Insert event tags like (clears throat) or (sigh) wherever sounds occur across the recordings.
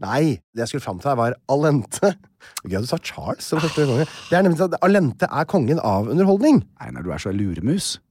Nei, det jeg skulle fram til her, var Alente. Gøy at du sa Charles som første konge. Det er nemlig sånn at Alente er kongen av underholdning. Einar, du er så luremus. (laughs)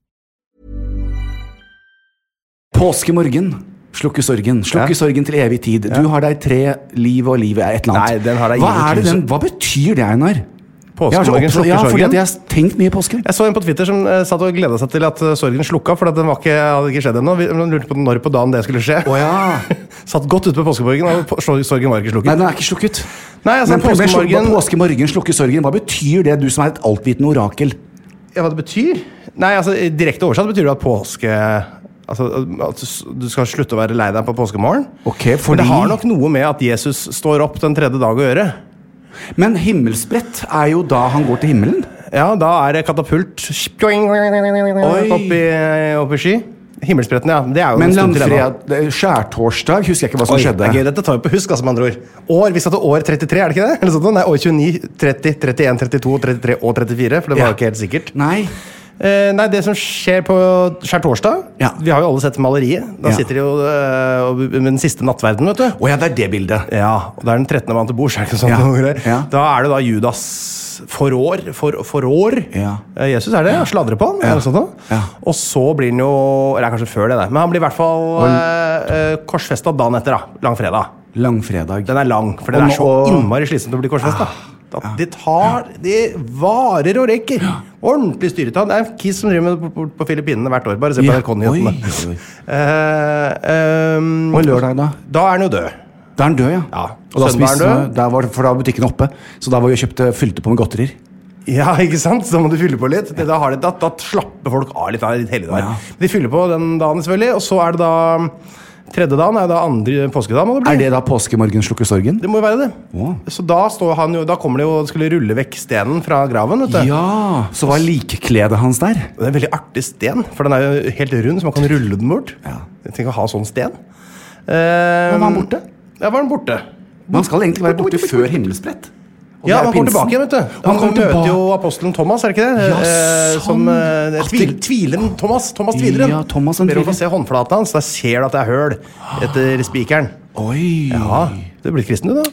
Påskemorgen. Slukke sorgen. Slukke sorgen til evig tid. Du har deg tre liv og livet er et eller annet. Nei, den har deg hva, ingen er det tusen. den, hva betyr det, Einar? Jeg har så Påskesorgen opptatt- slukker ja, fordi at sorgen. jeg har tenkt mye påske. Jeg så en på Twitter som eh, satt og gleda seg til at eh, sorgen slukka, for at den var ikke, hadde ikke skjedd ennå. Vi- men Han lurte på når på dagen det skulle skje. Å ja. (laughs) Satt godt ute på påskeborgen, og på- sor- sorgen var ikke Nei, slukket. den er ikke slukket. Nei, altså, Men påskemorgen, påskemorgen- påskemorgen, slukke sorgen. Hva betyr det, du som er et altvitende orakel? Ja, hva det betyr? Nei, altså, i Direkte oversatt betyr det at påske Altså, at du s- du skal slutte å være lei deg på påskemorgen. Ok, Men det fordi- har nok noe med at Jesus står opp den tredje dag å gjøre. Men himmelsbrett er jo da han går til himmelen. Ja, da er det katapult Spjoing, opp i, opp i sky. Himmelspretten, ja. Det er jo Men en stund til ennå. langfred, eh, skjærtorsdag husker jeg ikke hva som Oi, det skjedde. er gøy. Dette tar vi på husk, altså, med andre ord. År, Vi sa til år 33, er det ikke det? Eller sånt, noe? nei, år 29, 30, 31, 32, 33 og 34. For det var Ja. jo ikke helt sikkert. Nei. Eh, nei, det som skjer på skjærtorsdag Ja. Vi har jo alle sett maleriet. Da Ja. sitter de jo eh, og- med den siste nattverden, vet du. Å ja, det er det bildet. Ja, og det er den 13. mann til bords, er det ikke sånn? Ja. noe greier? Ja. Da er det da Judas forår, for, forår. Ja. Eh, Jesus er det, sladrer på han, eller noe sånt noe. Ja. Og så blir han jo, eller det er kanskje før det, det. men han blir i hvert fall eh, korsfesta dagen etter, da. Langfredag. Langfredag. Den er lang, for den Og er så nå- Ah, innmari slitsomt å bli korsfesta. At De tar De varer og rekker. Ordentlig styretall. Det er en Kiss som driver med det på, på, på Filippinene hvert år. Bare se på Ja. NRK-nyhetene. Oi, oi. Eh, ehm, Og lørdag, da? da er han jo død. Da er den død, ja. Ja. Og da Sønnen er spiste, død. der var, for da var butikken oppe, så da var vi og kjøpte, fylte på med godterier. (laughs) Ja, ikke sant? Så da må du fylle på litt. Det, da, har det, da, da slapper folk av litt. Da er det litt heldig der. Ja. De fyller på den dagen, selvfølgelig. Og så er det da Tredje dagen er da andre påskedag. må det bli. Er det da påskemorgen slukker sorgen? Det må jo være det. Wow. Så da, står han jo, da kommer det jo skulle rulle vekk stenen fra graven. vet du. Ja! Så var likkledet hans der. Det er en veldig artig sten, for den er jo helt rund, så man kan rulle den bort. Ja. Jeg tenker å ha sånn sten. Eh, var han borte? Ja, var han borte. Man skal egentlig være borte før himmelsbrett. Og Ja, det er han kommer pinsen. tilbake igjen, vet du. Og Han, kommer møter tilbake- jo apostelen Thomas, er det ikke det? Ja, Eh, Som sånn. eh, At tvil, det- tvileren Thomas. Thomas tvileren. Ja, Thomas den Ber om å få se tvileren. håndflata hans. Der ser du at det er høl etter spikeren. Oi! Ja, Du er blitt kristen, du, da.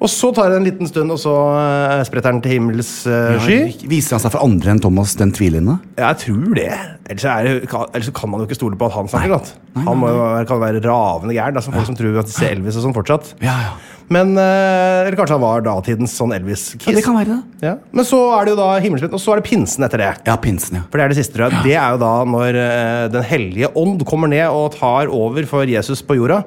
Og så tar det en liten stund, og så eh, spretter den til himmels eh, sky. Viser han seg for andre enn Thomas den tvilende? Ja, Jeg tror det. Ellers, er det, kan- ellers så kan man jo ikke stole på at han snakker sant? Han må jo, være- kan være ravende gæren. Det er som folk som tror at de ser Elvis og sånn fortsatt. Ja, ja. Men, eh, Eller kanskje han var datidens sånn Elvis-kiss. ja det kan være det. Ja. Men så er det jo da himmelsprett, og så er det pinsen etter det. Ja, pinsen, ja. For det er det siste, tror jeg. Det er jo da når eh, Den hellige ånd kommer ned og tar over for Jesus på jorda.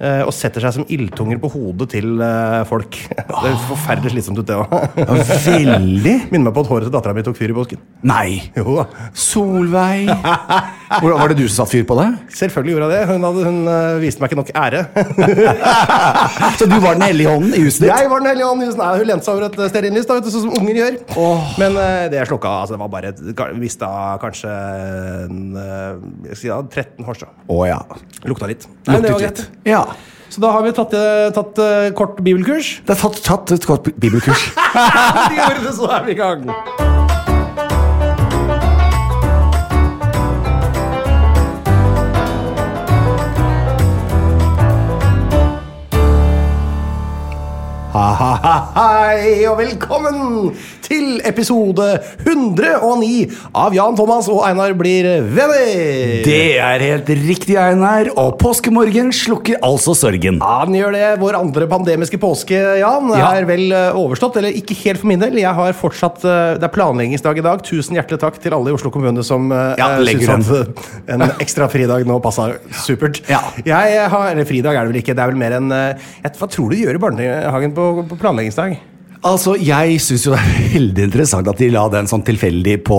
eh, og setter seg som ildtunger på hodet til eh, folk. (laughs) Det er forferdelig slitsomt ut, det òg. Ja, Veldig. (laughs) Minner meg på at håret til dattera mi tok fyr i påsken. Nei. Jo da. (laughs) Solveig. Hvordan, var det du som satte fyr på det? Selvfølgelig gjorde jeg det. Hun, hadde, hun eh, viste meg ikke nok ære. (laughs) Så du var den hellige hånden i huset ditt? Jeg var den hellige ånd. Hun sna- Hun lente seg over et eh, stearinlys, da, vet du, sånn som unger gjør. Men eh, det slukka altså, Det var bare et- ka- mista kanskje en, eh, jeg skal si da, 13 hårs, da. Å ja. Lukta litt. Nei, det Luktet var greit. litt. Ja. Så da har vi tatt, eh, tatt eh, kort bibelkurs. Det er tatt, tatt et godt bibelkurs. Vi gjør det, så er vi i gang. Ha, ha, ha, Hei og velkommen til episode 109 av Jan Thomas og Einar blir venner. Det er helt riktig, Einar. Og påskemorgen slukker altså sorgen. Ja, den gjør det. Vår andre pandemiske påske, Jan, Ja. er vel eh, overstått. Eller ikke helt for min del. Jeg har fortsatt eh, Det er planleggingsdag i dag. Tusen hjertelig takk til alle i Oslo kommune som uh, Ja, legger syns at eh, (laughs) en ekstra fridag nå passa supert. Ja. Jeg har Eller fridag er det vel ikke. Det er vel mer en eh, jeg, Hva tror du de gjør i barnehagen på, på planleggingsdag? Altså, Jeg syns jo det er veldig interessant at de la den sånn tilfeldig på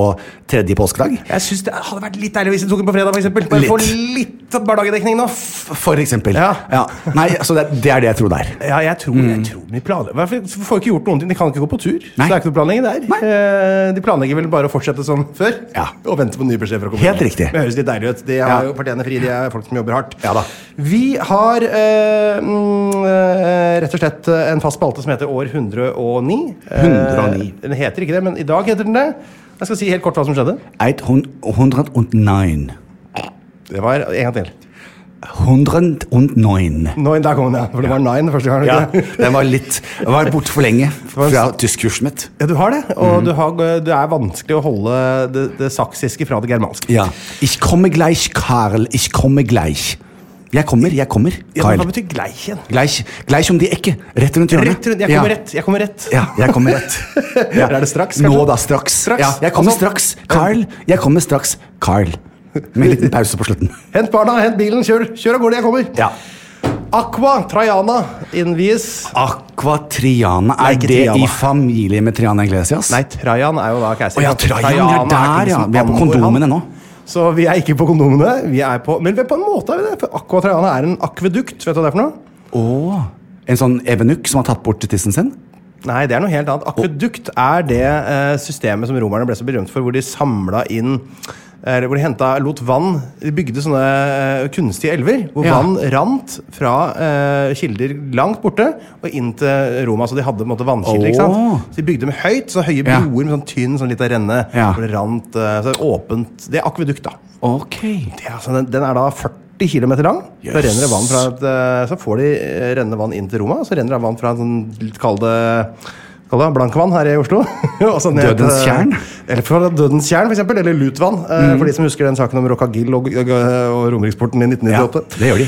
tredje påskedag. Jeg synes Det hadde vært litt deilig hvis de tok den på fredag, f.eks. Bare få litt barnehagedekning nå. F- For eksempel. Ja. Nei, så det, det er det jeg tror det er. Ja, jeg tror, jeg tror de planlegger Hvorfor får vi ikke gjort noen ting? De kan ikke gå på tur. Mm. Nei. Så det er ikke noe planlegging der. Nei. Eh, De planlegger vel bare å fortsette som før. Ja. Og vente på nye beskjed fra kommunen. Helt riktig. Det høres litt deilig ut. De Ja. har jo partiene fri, de er folk som jobber hardt. Ja da. Vi har eh, mm, eh, rett og slett eh, en fast spalte som heter År 109. Eh, 109. den heter ikke det, men i dag heter den det. Jeg skal si helt kort hva som skjedde. 109. Det var En gang til. 109. Nå, der kom den, ja. For det var nine første gang. Ja, (laughs) ikke det? den var litt Den var borte for lenge fra tyskkurset mitt. Ja, du har det. Og Mhm. du har, det er vanskelig å holde det, det saksiske fra det germanske. Ja. Ich komme gleich, Karl. Ich komme gleich. Jeg kommer, jeg kommer, Ja, men Karl. hva betyr gleichen? Gleich, gleich om de Ecke. Rett rundt hjørnet. Rett rundt. Jeg kommer ja. rett. Jeg kommer rett. Ja, jeg kommer rett. (laughs) Ja. Er det straks, kanskje? Nå da, straks. Straks? Ja, jeg kommer Altså- straks. Carl, jeg kommer straks. Carl. Med en liten pause på (laughs) slutten. Hent barna, hent bilen, kjør, kjør av gårde. Jeg kommer. Ja. Aqua Trajana innvies. Aqua Triana. Nei, Er ikke det Triana. i familie med Triana Iglesias? Nei, Trajan er jo da Å keiseren. ja, Trajan, ja, der, ikke ja. liksom Vi er på angår kondomene han. nå. Så vi er ikke på kondomene. Vi er på, men på en måte er vi det. For Aqua Trajana er en akvedukt. Vet du hva det er for noe? Åh, En sånn evenukk som har tatt bort tissen sin? Nei, det er noe helt annet. Akvedukt er det eh, systemet som romerne ble så berømt for, hvor de samla inn eller hvor de henta, lot vann De bygde sånne eh, kunstige elver hvor Ja. vann rant fra eh, kilder langt borte og inn til Roma. Så de hadde på en måte vannkilder. ikke Åh. sant? Så De bygde dem høyt, så høye Ja. broer med sånn tynn sånn lita renne. Ja. Hvor det rant, eh, så det er åpent. Det er akvedukt, da. Ok. Det er, altså- den, den er da 40 km lang. Yes. Da renner det vann fra et, eh, Så får de eh, rennende vann inn til Roma, og så renner det vann fra en sånn Kall det kall det blankvann her i Oslo. (laughs) Og så ned til- Dødens tjern? Mm. Eller fra Dødens tjern, f.eks. Eller lutvann. eh, For de som husker den saken om Rockagill og, og, og Romeriksporten i Ja, 1998. det gjør de.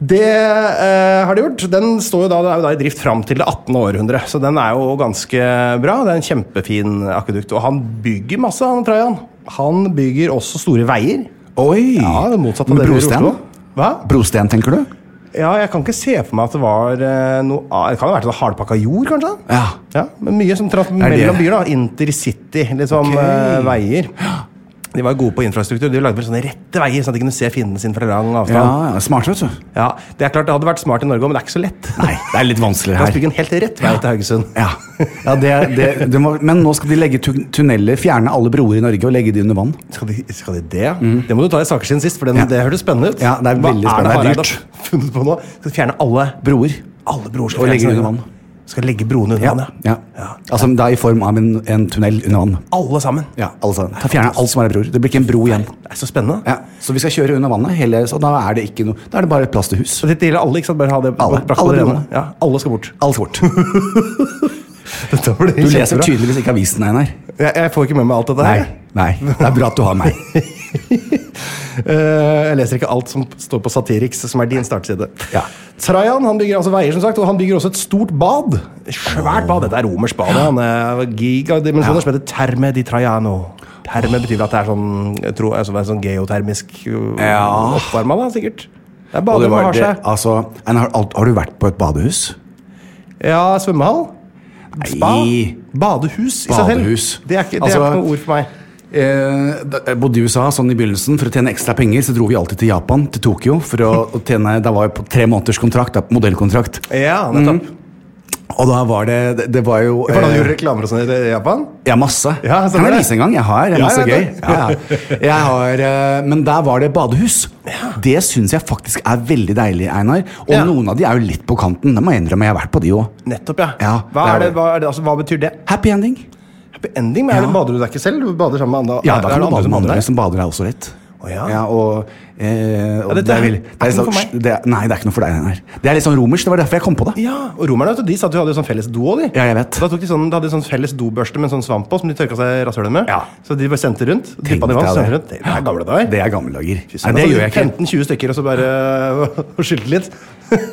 Det eh, har de gjort. Den står jo da, det er jo da i drift fram til det 18. århundre, så den er jo ganske bra. Det er en kjempefin akvedukt. Og han bygger masse, han Trajan. Han bygger også store veier. Oi! Ja, det motsatte av Med det vi gjør i brosten? Oslo. Hva? Brosten, tenker du? Ja, jeg kan ikke se for meg at det var eh, noe a- Det kan ha vært noe hardpakka jord, kanskje? Ja. Ja, men mye som traff det. mellom byer, da. Intercity, liksom. eh, veier. De var gode på infrastruktur. De lagde vel sånne rette veier, sånn at de kunne se fienden sin fra lang Ja, avstand. ja, Smart, vet du. Ja. Det er klart det hadde vært smart i Norge, men det er ikke så lett. Nei, det er litt La vanskeligere oss her. bygge en helt rett vei til Haugesund. Ja, ja det, det, det må, Men nå skal de legge tu tunneler, fjerne alle broer i Norge og legge de under vann. Skal de, skal de det? Det må du ta i saker siden sist, for den, Ja. Mm. det hørtes spennende ut. Ja, det er veldig spennende. Det er Hareide har funnet på nå? Skal de fjerne alle Broer. Alle broer skal Og fjernes i legger under Norge. vann. Skal legge broene under Ja, vann, ja. ja. Altså, men det er i form av en, en tunnel under vann. Alle sammen. Ja, alle sammen. Ta fjerne alt som er av broer. Det blir ikke en bro igjen. Det er så spennende. Ja, så vi skal kjøre under vannet, hele, så da er det ikke noe Da er det bare et plass til hus. Så dette gjelder alle, ikke sant? Bare ha det Alle. brakt på Alle det rene. broene. Ja, alle skal (laughs) bort. Alt (laughs) bort. Dette blir Du leser kjempebra. tydeligvis ikke avisen, Einar. Jeg, jeg får ikke med meg alt dette Nei, her. nei. Det er bra at du har meg. (laughs) Eh, jeg leser ikke alt som står på Satiriks, som er din startside. Ja. Trajan han bygger altså veier, som sagt, og han bygger også et stort bad. Svært bad. Dette er romersk bad. Han er gigadimensjoner som heter Terme di Traiano. Terme betyr vel at det er sånn, jeg tror, altså, det er sånn geotermisk Ja. oppvarma, da, sikkert. Det er Og det bader med var har det, seg. altså, Einar, har, alt- har du vært på et badehus? Ja, svømmehall. Spa. Nei. Badehus i seg selv. Badehus. Det er ikke, det er Altså- ikke noe ord for meg. Eh, da- jeg bodde i USA sånn i begynnelsen for å tjene ekstra penger. Så dro vi alltid til Japan, til Tokyo. For å, å tjene, Da var jeg på tre måneders kontrakt. Da, modellkontrakt. Ja, nettopp. Og da var det Det, det var jo Mm. For da eh, du gjorde reklamer og sånn i Japan? Ja, masse. Ja, stemmer kan jeg det. vise en gang? Jeg har jeg har Ja, ja, masse gøy. det. Ja, ja. Jeg har, eh, men der var det badehus. Det syns jeg faktisk er veldig deilig, Einar. Og Ja. noen av de er jo litt på kanten. Det må jeg innrømme, jeg har vært på de òg. Nettopp, ja. Ja, hva, det er er det, det. hva, er det, altså, hva betyr det? Happy ending. Happy ending? Men er det, Ja. bader du deg ikke selv? Du bader sammen med andre? Ja, er da det kan du andre bade som med andre liksom. bader som bader deg også litt. Å ja. og, eh, og Ja, dette det er er- veldig- er det er ikke noe for sånn- meg. det er- Nei, det er ikke noe for deg, Einar. Det er litt sånn romersk. Det var derfor jeg kom på det. deg? Ja, og Romerne vet du, de satt jo hadde jo sånn felles do òg, de. Ja, jeg vet. Da tok de sånn, de hadde sånn felles dobørste med en sånn svamp på som de tørka seg i rasshølet med. Ja. Så de bare sendte rundt. Tenk Dyppa det i vann, deg så sendte rundt. Det, det er gamle dager. Det er gamle dager. Fy Nei, søren, det altså, gjør (laughs) jeg ikke. 15-20 stykker, og så bare (laughs) og skylte litt.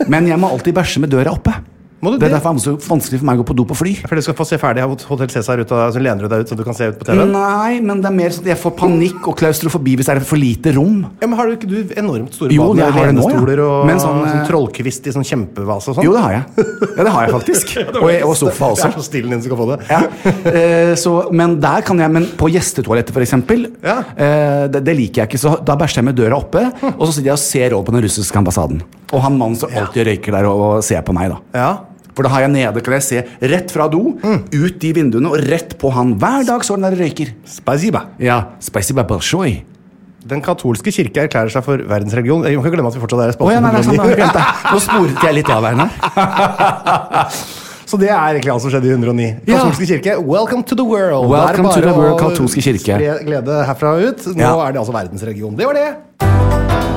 Men jeg må alltid bæsje med døra oppe. Må du det er det? derfor det er vanskelig for meg å gå på do på fly. For du skal få se ferdig av Hotell Cæsar ut, og så lener du deg ut, så du kan se ut på TV-en. Nei, men det er mer sånn at jeg får panikk og klaustrofobi hvis det er for lite rom. Ja, men Har du ikke du enormt store Jo, bad med jeg har det nå, ja. lenestoler og Men sånn, sånn, eh, trollkvist i sånn kjempevase og sånn? Jo, det har jeg. Ja, det har jeg (laughs) faktisk. Og, og sofa Det er også. så stilen din som kan få det. Ja. Eh, så, men der kan jeg, men på gjestetoalettet f.eks. Ja. Eh, det, det liker jeg ikke, så da bæsjer jeg med døra oppe. Og så sitter jeg og ser over på den russiske ambassaden. Og han mannen som alltid røyker der og, og ser på meg, da. Ja. For da har jeg nede, kan jeg se rett fra do, ut de vinduene og rett på han. Hver dag så den der og røyker. Spasiba. Ja, Spicy babasjoi. Den katolske kirke erklærer seg for verdensreligion. Jeg må ikke glemme at vi fortsatt er Å ja, nei, nei, sponset. sant, da, glemte jeg. Nå sporet jeg litt av, Einar. (laughs) så det er egentlig alt som skjedde i 109. Ja. Katolske kirke, welcome to the world! Welcome Det er to the bare world, å katolske kirke. Spre glede herfra og ut. Nå Ja. er det altså verdensreligion. Det var det!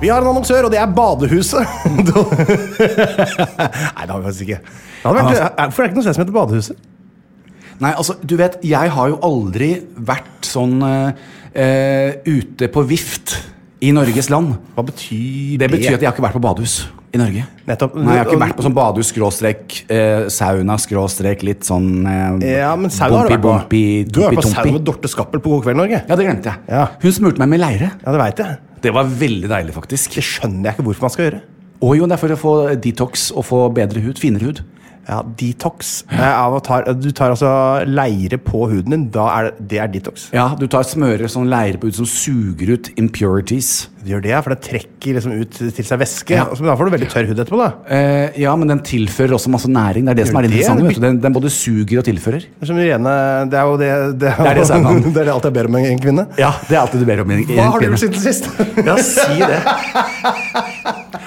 Vi har en annonsør, og det er Badehuset. (laughs) Nei, det har vi faktisk ikke. Det hadde vært, hvorfor er det ikke noe sted som heter Badehuset? Nei, altså, du vet, jeg har jo aldri vært sånn eh, eh, ute på vift i Norges land. Hva betyr Det betyr at jeg har ikke vært på badehus i Norge. Nettopp. Nei, jeg har ikke vært på sånn badehus, skråstrek, eh, sauna, skråstrek, litt sånn eh, Ja, men sauna har du vært på. bompi, du har vært på tompi, sauna tompi. med Dorte Skappel på God kveld, Norge. Ja, det glemte jeg. Ja. Hun smurte meg med leire. Ja, det veit jeg. Det var veldig deilig, faktisk. Det skjønner jeg ikke hvorfor man skal gjøre. Og jo, det er for å få detox og få bedre hud, finere hud. Ja, Detox. eh, Av å tar, du tar altså leire på huden din. Da er det, det er detox. Ja, du tar smører sånn leire på hud som suger ut impurities. Du gjør det, for det trekker liksom ut til seg væske. Ja. og så- men Da får du veldig tørr hud etterpå. da Eh, ja, men den tilfører også masse næring. Det er det som er det? interessant. Vet du. Den, den både suger og tilfører. Det er, som rene, det er jo det Det er, Det er det saunaen. (laughs) det er det alt jeg ber om en kvinne. Ja, Det er alltid du ber om. i en- i en Hva har du kvinne. gjort siden sist? Ja, si det.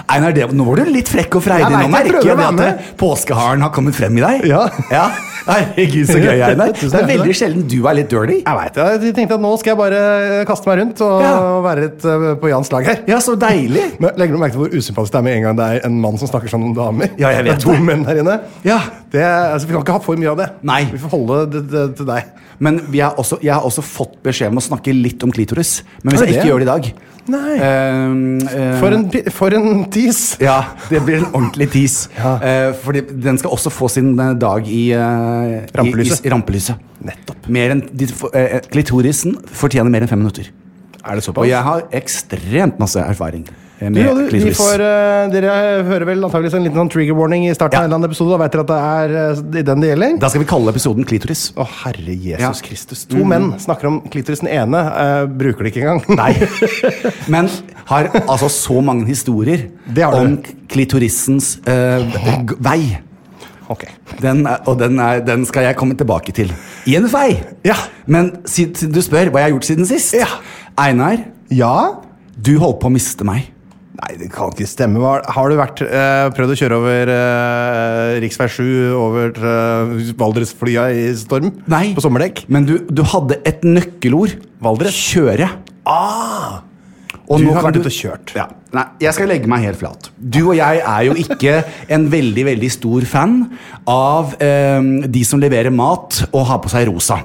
Einar, det, nå var du litt frekk og freidig. Jeg Nå vet, jeg merker prøver jeg å være det at påskeharen har kommet frem i deg. Ja. Herregud, så gøy, Einar. (laughs) Det Tusen er hjertelig. veldig sjelden du er litt dirty. Jeg veit det. Jeg tenkte at nå skal jeg bare kaste meg rundt og Ja. være litt eh, på Jans lag her. Ja, så deilig. (laughs) Men legger du merke til hvor usympatisk det er med en gang det er en mann som snakker sånn om damer? Ja, jeg vet det. er (laughs) det. To menn her inne. Ja. Det, er- altså, vi kan ikke ha for mye av det. Nei. Vi får holde det, det til deg. Men vi har også, jeg har også fått beskjed om å snakke litt om klitoris. Men hvis Er det jeg ikke det? gjør det i dag Nei. eh, eh, For en, pi- for en tis! Ja, (laughs) det blir en ordentlig tis. Eh, fordi den skal også få sin eh, dag i, eh, Rampelyset. I, i rampelyset. Nettopp. Mer enn, de, f- eh, klitorisen fortjener mer enn fem minutter. Er det Og jeg har ekstremt masse erfaring eh, Du, med og du, vi klitoris. får, eh, dere hører vel antakeligvis en liten sånn trigger warning i starten Ja. av en eller annen episode. Da vet dere at det er eh, den det gjelder. Da skal vi kalle episoden Klitoris. Å, herre Jesus Ja. Mm. Kristus. To menn snakker om klitoris. Den ene eh, bruker det ikke engang. Nei. (laughs) Men har altså så mange historier Det har du. om klitorisens eh, g- vei. Ok. Den er, og den, er, den skal jeg komme tilbake til. I en vei. Ja. Men siden siden du spør hva jeg har gjort siden sist Ja. Einar, Ja? du holdt på å miste meg. Nei, det kan ikke stemme. Hva- Har du vært, eh, prøvd å kjøre over eh, rv. 7 over eh, Valdresflya i storm? Nei. På sommerdekk? Men du, du hadde et nøkkelord. Valdres. Kjøre. Ah! Og Du nå har kan vært ute og kjørt. Ja. Nei, jeg skal legge meg helt flat. Du og jeg er jo ikke en veldig veldig stor fan av eh, de som leverer mat og har på seg rosa.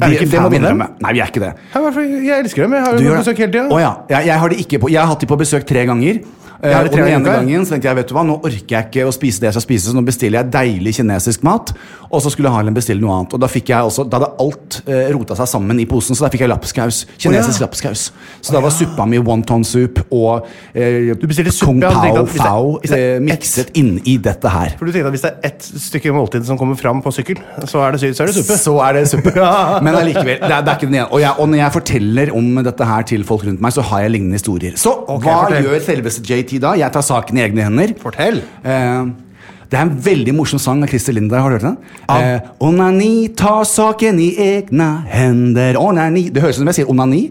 Er vi ikke fan av dem? innrømme. Nei, vi er ikke det. Jeg, jeg elsker dem. Jeg har Du dem på gjør det. besøk hele tida. Å ja. jeg, jeg har det ikke på Jeg har hatt de på besøk tre ganger. Eh, har og det den tre ene ganger. gangen så tenkte jeg vet du hva, nå orker jeg ikke å spise det jeg skal spise, så nå bestiller jeg deilig kinesisk mat. Og så skulle Harlem bestille noe annet. Og da fikk jeg også, da hadde alt eh, rota seg sammen i posen, så da fikk jeg lapskaus. Kinesisk ja. lapskaus. Så da var suppa mi wonton soup og eh, Du bestilte suppe, kung ja, du tenkte at hvis pao det- fao hvis det er eh, ett- mikset inn i dette her. For du tenkte at Hvis det er ett stykke måltid som kommer fram på sykkel, så er det, sy- så er det suppe? Så er det suppe. (laughs) Ja. Men allikevel. Det er, det er ikke den ene. Og, jeg, og når jeg forteller om dette her til folk rundt meg, så har jeg lignende historier. Så Ok, hva fortell. gjør selveste JT da? Jeg tar saken i egne hender. Fortell. Eh, det er en veldig morsom sang av Christer Lindberg. Har du hørt den? Eh, onani, ta saken i egne hender. Onani. Det høres ut som jeg sier onani,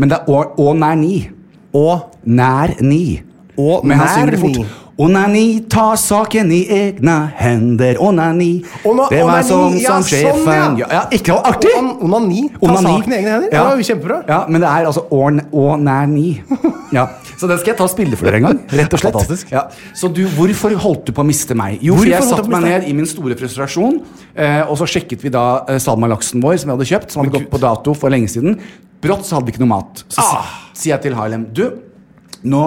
men det er å- onani. Og Nær ni. Å, men han nær synger det fort. ni. Onani, ta saken i egne hender. Onani. Ona- det var onani, sånn ja, som sånn, sjefen ja. ja. ja, Ikke noe artig! on- onani. Ta Onani. saken i egne hender. Det var jo kjempebra. Ja, men det er altså orn og nær ni. Ja. Så den skal jeg ta og spille for dere en gang. Rett og slett. Fantastisk. Ja. Så du, hvorfor holdt du på å miste meg? Jo, Hvorfor for jeg holdt du på satte å meg miste ned i min store frustrasjon, eh, og så sjekket vi da eh, salmalaksen vår som vi hadde kjøpt, som hadde gått på dato for lenge siden. Brått så hadde vi ikke noe mat. Så si- Ah. sier jeg til Harlem, du, nå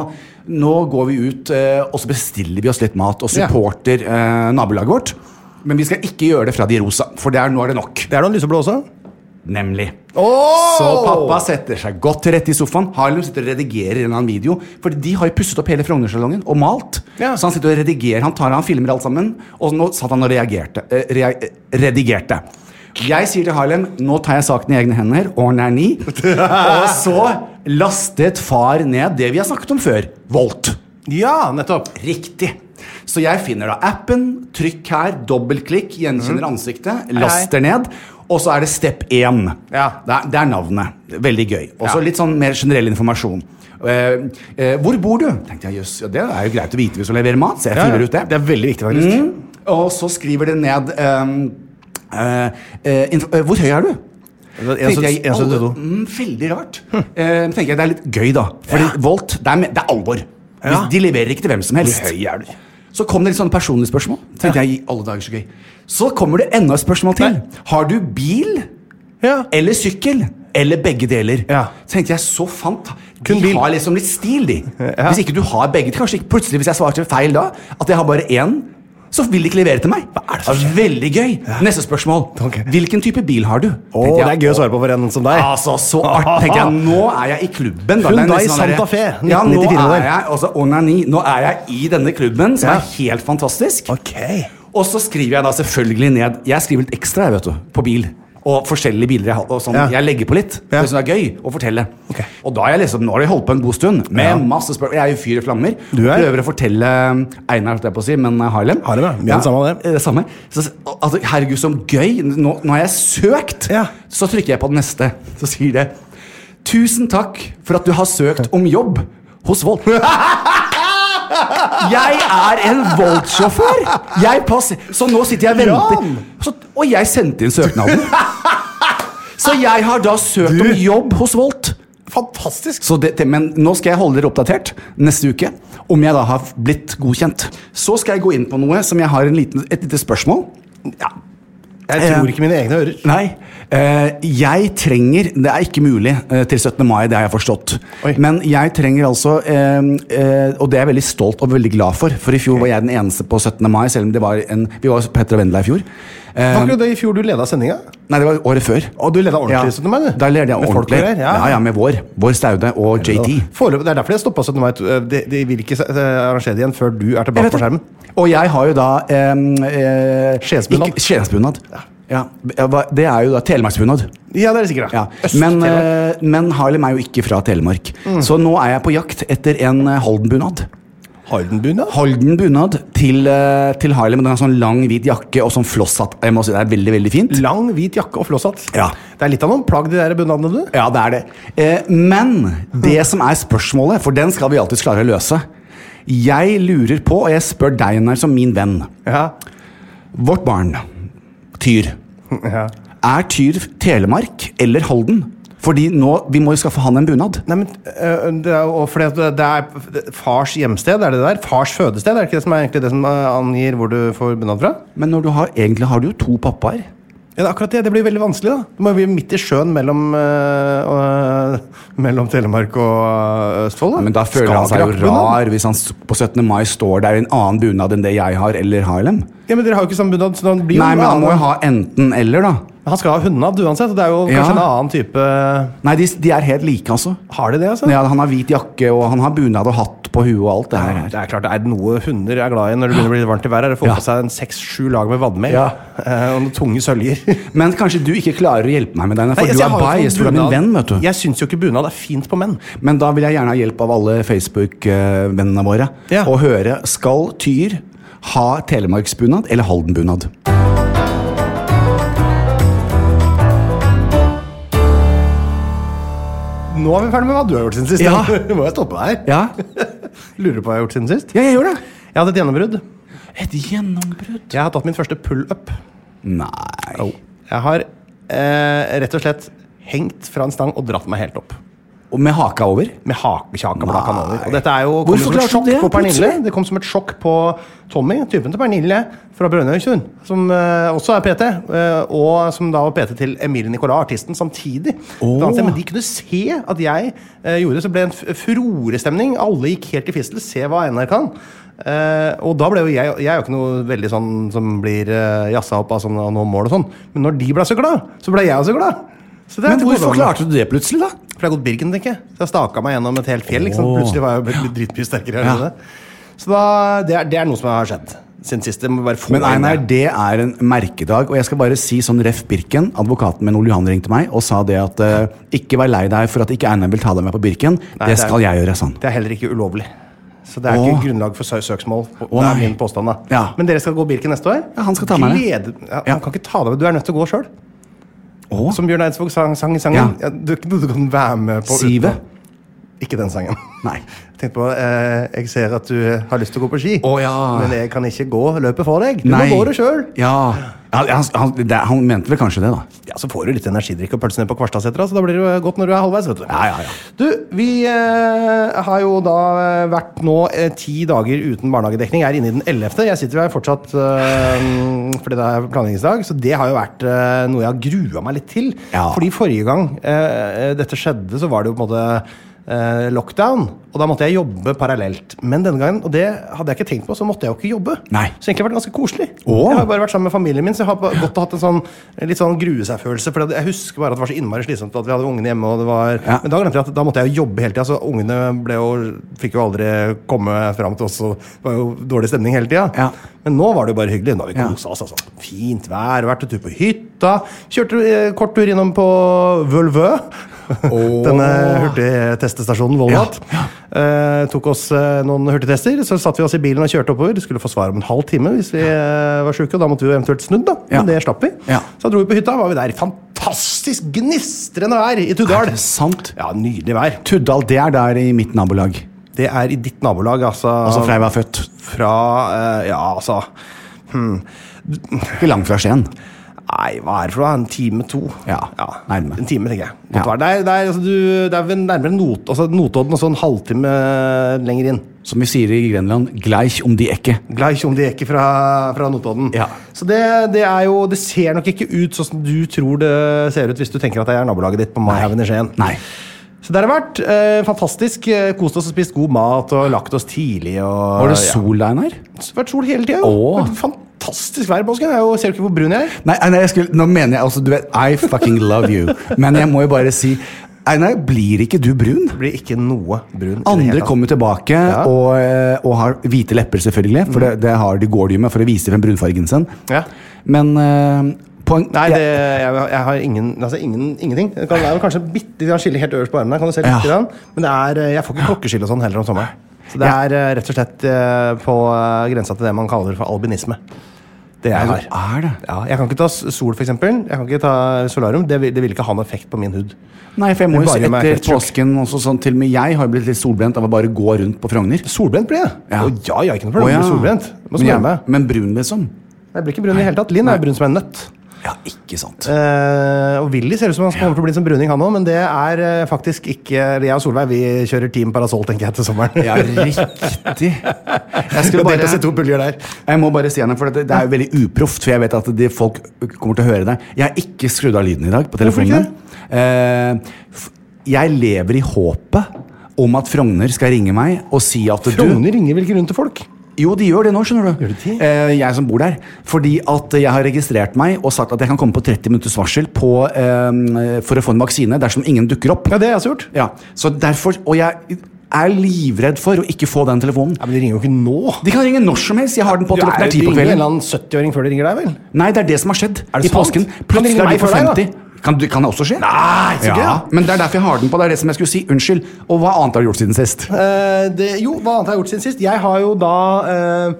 nå går vi ut, eh, og så bestiller vi oss litt mat og Ja. supporter eh, nabolaget vårt. Men vi skal ikke gjøre det fra de rosa, for det er, nå er det nok. Det er noen lyseblå også. Nemlig. Oh! Så pappa setter seg godt til rette i sofaen. Harlem sitter og redigerer en eller annen video. For de har jo pusset opp hele Frognersalongen og malt. Ja. Så han sitter og redigerer. Han tar han filmer alt sammen. Og nå satt han og reagerte, eh, rea eh, redigerte. Jeg sier til Harlem nå tar jeg saken i egne hender. Årene er ni. Og så lastet far ned det vi har snakket om før. Volt. Ja, nettopp. Riktig. Så jeg finner da appen, trykk her, dobbeltklikk, gjenkjenner Mhm. ansiktet, laster ned, og så er det step 1. Ja. Det, er, det er navnet. Veldig gøy. Og så Ja. litt sånn mer generell informasjon. Eh, eh, hvor bor du? Tenkte jeg, jøss, ja, Det er jo greit å vite hvis du leverer mat. Så jeg Ja, ja. fyller ut det. Mm. Det er veldig viktig, faktisk. Og så skriver det ned eh, eh, eh, inf- eh, Hvor høy er du? Tenkte jeg, alle- 1,72. mm, veldig rart. Eh, tenker jeg Det er litt gøy, da. Fordi Volt, det er, me- det er alvor. Hvis- De leverer ikke til hvem som helst. Hvor høy er du? Så kom det litt sånne personlige spørsmål. Tenkte jeg, i alle dager Så gøy Så kommer det enda et spørsmål til. Nei. Har du bil Ja. eller sykkel? Eller begge deler. Ja. Tenkte jeg, så fant De Kun bil. har liksom litt stil, de. (laughs) Ja. Hvis ikke du har begge Kanskje ikke plutselig, hvis jeg svarte feil da, at jeg har bare én, så vil de ikke levere til meg. er det som skjer? Veldig gøy. Neste spørsmål. Ok. Hvilken type bil har du? Å, Tenkte det jeg, er gøy å svare på for en som deg. Altså, så art, tenkte jeg, Nå er jeg i klubben. da. Det er Hyundai nesten allerede- Santa Fe, Ja, nå 1994 er der. jeg, altså, onani, nå er jeg i denne klubben, som Ja. er helt fantastisk. Ok. Og så skriver jeg da selvfølgelig ned Jeg skriver litt ekstra jeg vet du, på bil. Og forskjellige biler jeg har. Og sånn, Ja. Jeg legger på litt. Ja. Det som er gøy å fortelle. Ok. Og da har jeg liksom, nå har jeg holdt på en god stund med Ja. masse spørsmål. Jeg er jo fyr i flammer. Du er. Prøver å fortelle um, Einar, holdt jeg på å si, men uh, Harlem. Harlem, ja. Mye det samme, det. eh, det samme. Så, altså, herregud, som gøy. Nå, nå har jeg søkt. Ja. Så trykker jeg på den neste. Så sier det Tusen takk for at du har søkt om jobb hos Volt. Jeg er en Volt-sjåfør! Jeg passer Så nå sitter jeg og venter. Jan! Så, og jeg sendte (laughs) inn søknaden. Så jeg har da søkt om jobb hos Volt. Fantastisk. Så det, det- men nå skal jeg holde dere oppdatert neste uke om jeg da har blitt godkjent. Så skal jeg gå inn på noe som jeg har en liten, et lite spørsmål. Ja, Jeg Eh, tror ikke mine egne ører. Nei. eh, jeg trenger Det er ikke mulig eh, til 17. mai, det har jeg forstått. Oi. Men jeg trenger altså eh, eh, Og det er jeg veldig stolt og veldig glad for. For i fjor var jeg den eneste på 17. mai, selv om det var en Vi var Petter og Vendela i fjor. Eh, Var ikke det i fjor du leda sendinga? nei, det var året før. Og du leda ordentlig 17. mai, du. Da lærte jeg Med folk og ordentlig. greier, Ja. ja, med vår. Vår Staude og JD. Foreløpig, det er derfor jeg stoppa 17. mai. De, de vil ikke eh, arrangere det igjen før du er Jeg tilbake på vet det. skjermen. Og jeg har jo da um, eh, Skiensbunad. ikke- Skiensbunad. Ja. hva- Det er jo da Telemarksbunad. Ja, det er sikkert. Ja. Men, eh, men Harlem er jo ikke fra Telemark. Så nå er jeg på jakt etter en eh, Halden-bunad. Hardenbuen, da? Halden-bunad til, eh, til Harlem. Den har sånn lang, hvit jakke og sånn flosshatt. Jeg må si, det er veldig, veldig fint. Lang, hvit jakke og flosshatt. Ja. Det er litt av noen plagg, de der bunadene, du. Ja, det er det. Eh, men det som er spørsmålet, for den skal vi alltids klare å løse Jeg lurer på, og jeg spør deg, Einar, som min venn Ja. Vårt barn, Tyr, ja. er Tyr Telemark eller Halden? Fordi nå, vi må jo skaffe han en bunad. Nei, men øh, det er, jo- og fordi at det det er fars hjemsted, er det det der? Fars fødested, er det ikke det som er egentlig det som øh, angir hvor du får bunad fra? Men når du har, egentlig har du jo to pappaer. Ja, det er akkurat det. Det blir veldig vanskelig, da. Du må bli midt i sjøen mellom, øh, og, eh, mellom Telemark og øh, Østfold. Da. Men da føler Skal han seg ikke jo ha bunad? rar hvis han s- på 17. mai står der i en annen bunad enn det jeg har, eller Harlem. Ja, men Dere har jo ikke samme bunad. Så han, blir jo Nei, men han må annen- jo ha enten eller, da. han skal ha hundnad uansett. og Det er jo Ja. kanskje en annen type Nei, de, s- de er helt like, altså. Har de det, altså? Ja, han har hvit jakke, og han har bunad og hatt på huet og alt det her. Det er klart det er noe hunder er glad i når det begynner å bli varmt i været. er å Få Ja. på seg en seks-sju lag med vannmel Ja. eh, og noen tunge (laughs) søljer. Men kanskje du ikke klarer å hjelpe meg med den, for Nei, altså, du jeg er har jo ikke noen biased, du er min bunad. venn, vet du. Jeg syns jo ikke bunad er fint på menn. Men da vil jeg gjerne ha hjelp av alle Facebook-vennene våre, Ja. og høre, skal Tyr ha Telemarksbunad eller Haldenbunad? Nå er vi ferdig med hva du har gjort siden sist. Ja. (laughs) Nå må jeg stoppe deg her. Ja, Lurer du på hva jeg har gjort siden sist? ja jeg gjør det. Jeg hadde et gjennombrudd. Et gjennombrudd. Jeg har tatt min første pullup. Nei. Jeg har eh, rett og slett hengt fra en stang og dratt meg helt opp. Og Med haka over? Med hakekjaka på Nei. kanaler. Og dette er jo kom Hvorfor som et klarte sjokk du det, på Pernille. plutselig? Det kom som et sjokk på Tommy, typen til Pernille fra Brønnøysund, som eh, også er PT, eh, og som da var PT til Emilie Nicolas, artisten, samtidig. Åh. Da- Men de kunne se at jeg eh, gjorde det, så ble det en f- furorestemning. Alle gikk helt i fistel. Se hva NR kan. Eh, og da ble jo jeg Jeg er jo ikke noe veldig sånn som blir eh, jazza opp av sånn og nå mål og sånn, men når de ble så glad, så ble jeg også glad. Så det er Men et godt hvorfor ordentlig. klarte du det plutselig, da? For det har gått Birken, tenker jeg. Så jeg staka meg gjennom et helt fjell. Ikke sant? Åh. Plutselig var jeg jo blitt litt dritmye sterkere. Ja. enn det. Så da, det, er, det er noe som har skjedd siden sist. Det må bare få Men inn Einar, det. det er en merkedag, og jeg skal bare si sånn Ref Birken, advokaten min Ole Johan ringte meg og sa det at eh, ikke vær lei deg for at ikke Einar vil ta deg med på Birken. det det er- skal jeg gjøre, sånn. Det er heller ikke ulovlig. Så det er Åh. ikke grunnlag for sø søksmål. det nei. er min påstand da Ja. Men dere skal gå Birken neste år? Ja, han skal ta meg med. Glede- Ja, Ja. Han kan ikke ta deg med, du er nødt til å gå sjøl. Åh. Som Bjørn Eidsvåg sang, sang i sangen. Ja. Ja, du, er ikke noe du kan være med på Sivet? utenå. Ikke den sangen. (laughs) Nei. Jeg tenkte på, eh, jeg ser at du har lyst til å gå på ski, Åh, ja. men jeg kan ikke gå løpet for deg. Du Nei. må gå det sjøl. Ja. Ja, han, han, det, han mente vel kanskje det, da. Ja, så får du litt energidrikk og pølse ned på Kvarstadsetra, så da blir det jo eh, godt når du er halvveis, vet du. Ja, ja, ja. Du, vi eh, har jo da eh, vært nå eh, ti dager uten barnehagedekning. Jeg er inne i den ellevte. Jeg sitter jo her fortsatt eh, fordi det er planleggingsdag, så det har jo vært eh, noe jeg har grua meg litt til. Ja. Fordi forrige gang eh, dette skjedde, så var det jo på en måte eh, lockdown, og da måtte jeg jobbe parallelt. Men denne gangen, og det hadde jeg ikke tenkt på, så måtte jeg jo ikke jobbe. Nei. Så egentlig har det vært ganske koselig. Åh. Jeg har bare vært sammen med familien min, så jeg har bare gått og hatt en sånn en litt sånn grue-seg-følelse. For jeg husker bare at det var så innmari slitsomt at vi hadde ungene hjemme, og det var Ja. Men da glemte jeg at da måtte jeg jo jobbe hele tida, så ungene ble jo, fikk jo aldri komme fram til oss, og det var jo dårlig stemning hele tida. Ja. Men nå var det jo bare hyggelig. Nå har vi Ja. kosa oss, altså. Fint vær, vært en tur på hytta. Kjørte eh, kort tur innom på Vølvø. (laughs) Denne hurtigtestestasjonen Volvat. Eh, tok oss eh, noen hurtigtester, så satt vi oss i bilen og kjørte oppover. Skulle få svar om en halv time hvis vi eh, var sjuke, og da måtte vi jo eventuelt snudd, da. Ja. Men det slapp vi. Ja. Så dro vi på hytta, var vi der. i Fantastisk gnistrende vær i Er Tudal. det sant? Ja, nydelig vær. Tuddal, det er der i mitt nabolag. Det er i ditt nabolag, altså. Altså fra jeg var født. fra eh, Ja, altså. Hmm. Ikke langt fra Skien. Nei, hva er det for noe? En time, to? Ja, nærme. En time, tenker jeg. Godt Ja. vær. Det, er, det, er, altså, du, det er vel nærmere not, altså, Notodden og så en halvtime eh, lenger inn. Som vi sier i Grenland, gleich om de ekke. Gleich om de ikke fra, fra Notodden. Ja. Så det, det er jo Det ser nok ikke ut sånn som du tror det ser ut hvis du tenker at det er nabolaget ditt på Maihaugen i Skien. Nei. Så der har det vært. Eh, fantastisk. Eh, Kost oss og spist god mat og lagt oss tidlig. Og, Var det sol, Einar? Ja. Det har vært sol hele tida. Åh. Fantastisk vær i påsken. Jeg er jo- Ser du ikke hvor brun jeg er? Nei, Einar, jeg skulle, nå mener jeg altså, du vet, I fucking love you. Men jeg må jo bare si, Einar, blir ikke du brun? Blir ikke noe brun. i det hele Andre tatt. kommer tilbake og, eh, og har hvite lepper, selvfølgelig. For det, det har de går de jo med for å vise frem brunfargen sin. Ja. Men eh, på en, Nei, jeg- det, jeg, jeg har ingen, altså ingen, ingenting. Det, kan, det er vel kanskje bitte litt skille helt øverst på armen. her, Kan du se litt Ja. grann? Men det er, eh, jeg får ikke klokkeskille og sånn heller om sommeren. Så det Ja. er eh, rett og slett eh, på eh, grensa til det man kaller for albinisme. Det jeg Ja, har. du er det. Ja, jeg kan ikke ta s- sol, for eksempel. Jeg kan ikke ta solarium. Det vil, det vil ikke ha noen effekt på min hud. Nei, for jeg må Det jo bare se gjør meg etter helt sjuk. påsken også, sånn til og med jeg har jo blitt litt solbrent av å bare gå rundt på Frogner. Solbrent blir jeg. Ja. Å, ja, ja, ikke noe problem. Å, Jeg ja. blir solbrent. Jeg Må Men, smøre jeg- meg. men brun, liksom? Jeg blir ikke brun i det hele tatt. Linn er brun som en nøtt. Ja, ikke sant. Eh, og Willy ser ut som han kommer til å bli som bruning, han òg, men det er eh, faktisk ikke Jeg og Solveig vi kjører Team Parasoll, tenker jeg, til (laughs) sommeren. Ja, riktig. Jeg Vi skulle har bare delt oss i to puljer der. Jeg må bare si henne, for det, det er jo veldig uproft, for jeg vet at de folk kommer til å høre det. Jeg har ikke skrudd av lyden i dag på telefonen. Eh, f- jeg lever i håpet om at Frogner skal ringe meg og si at du Frogner ringer vel ikke rundt til folk? Jo, de gjør det nå, skjønner du. Gjør de det? Eh, jeg som bor der. Fordi at jeg har registrert meg og sagt at jeg kan komme på 30 minutters varsel på, eh, for å få en vaksine dersom ingen dukker opp. Ja, det har jeg også gjort. Ja, så derfor, Og jeg er livredd for å ikke få den telefonen. Ja, men de ringer jo ikke nå. De kan ringe når som helst. Jeg har den på Du til klokken er er ti jo på ingen en eller kvelden. annen 70-åring før de ringer deg, vel? Nei, det er det som har skjedd Er det i sant? påsken. Kan de Plutselig ringe er meg de på før deg, da? 50. Kan, du- kan det også skje? Nei, så ja. gøy. Men det er derfor jeg har den på. Det er det som jeg skulle si. Unnskyld. Og hva annet har du gjort siden sist? Eh, det, jo, hva annet har jeg gjort siden sist? Jeg har jo da eh,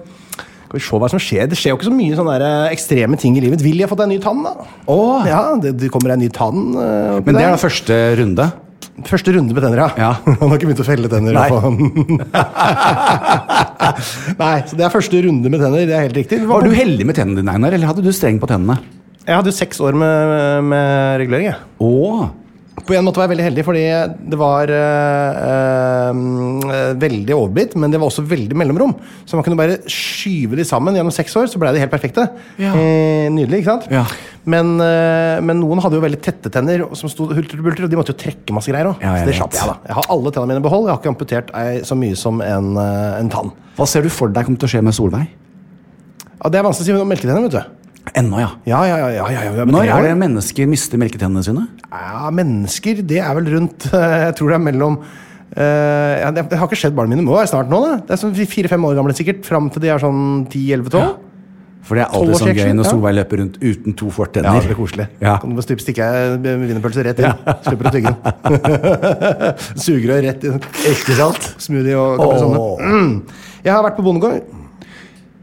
skal vi se hva som skjer. Det skjer jo ikke så mye sånne der, eh, ekstreme ting i livet. Willy har fått en ny tann, da. Åh. Ja, det, det kommer en ny tann. eh, oppi Men det er der. da første runde. Første runde med tenner, ja. Ja. (laughs) Han har ikke begynt å felle tenner. Nei. på- (laughs) Nei, så det er første runde med tenner. Det er helt riktig. Vi Var på- du heldig med tennene dine, Einar, eller hadde du streng på tennene? Jeg hadde jo seks år med, med regulering. jeg. Åh. På en måte var jeg veldig heldig, fordi det var eh, eh, veldig overbitt, men det var også veldig mellomrom. Så man kunne bare skyve de sammen gjennom seks år, så ble de helt perfekte. Ja. Eh, nydelig, ikke sant? Ja. Men, eh, men noen hadde jo veldig tette tenner, som sto hulter til bulter, og de måtte jo trekke masse greier òg. Ja, så jeg det vet. slapp jeg, da. Jeg har alle tennene mine i behold, jeg har ikke amputert ei så mye som en, eh, en tann. Hva ser du for deg kommer til å skje med Solveig? Ja, det er vanskelig å si om melketenner, vet du. Ennå, ja. Ja, ja, ja, ja, ja, ja, ja. Når er det mennesker mister melketennene sine? Ja, mennesker, det er vel rundt (laughs) eh, Jeg tror det er mellom eh, ja, det, det har ikke skjedd barna mine. Det må være snart nå. Det, det er sånn fire-fem år gamle sikkert. Fram til de er sånn 10-11-12. For det er alltid sånn gøy Tolvårsreaksjon, når ja. Solveig løper rundt uten to Ja, fortenner. det blir koselig. Ja. Kan du bare stikke- eh, stikke ei wienerpølse rett inn. Slipper å tygge den. (laughs) Sugerør rett inn. Ikke sant? Smoothie og Åh. kaffesonne. Jeg har vært på bondegård.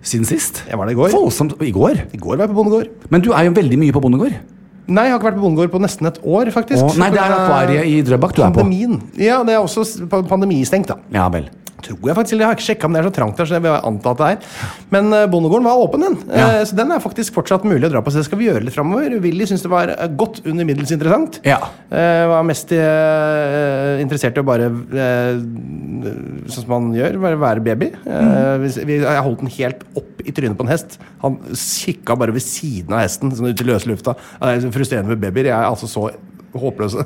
Siden sist? Jeg var der i går. Voldsomt. I går? I går var jeg på bondegård. Men du er jo veldig mye på bondegård. Nei, jeg har ikke vært på bondegård på nesten et år, faktisk. Åh, nei, det er akvariet i Drøbak du er på. Pandemien. Ja, det er også s- pa- pandemistengt, da. Ja vel. Tror jeg faktisk, eller Jeg har ikke sjekka om det er så trangt der, så jeg vil anta at det er. Men eh, bondegården var åpen, den. Eh, Ja. Så den er faktisk fortsatt mulig å dra på. Så det skal vi gjøre litt framover. Willy syns det var eh, godt under middels interessant. Ja. Eh, var mest eh, interessert i å bare eh, Sånn som han gjør, bare være baby. Eh, Mhm. hvis- vi, jeg holdt den helt opp i trynet på en hest. Han kikka bare ved siden av hesten, sånn ut i løse lufta. Det er så frustrerende med babyer. Jeg er altså så (laughs) håpløse.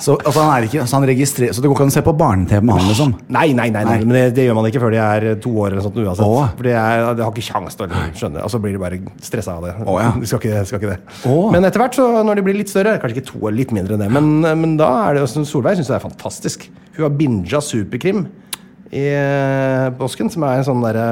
Så, altså, han er ikke, så, han registrer- så det går ikke an å se på barne-TV med han, liksom? Nei, nei, nei, nei. Nei. men det, det gjør man ikke før de er to år eller sånt uansett. Åh. For det, er, det har ikke sjans til å skjønne, og så blir de bare stressa av det. Åh, ja. De skal ikke, skal ikke det. Åh. Men etter hvert, så når de blir litt større, kanskje ikke to år, litt mindre enn det, men, men da er det jo sånn- Solveig syns det er fantastisk. Hun har binga Superkrim i eh, påsken, som er en sånn derre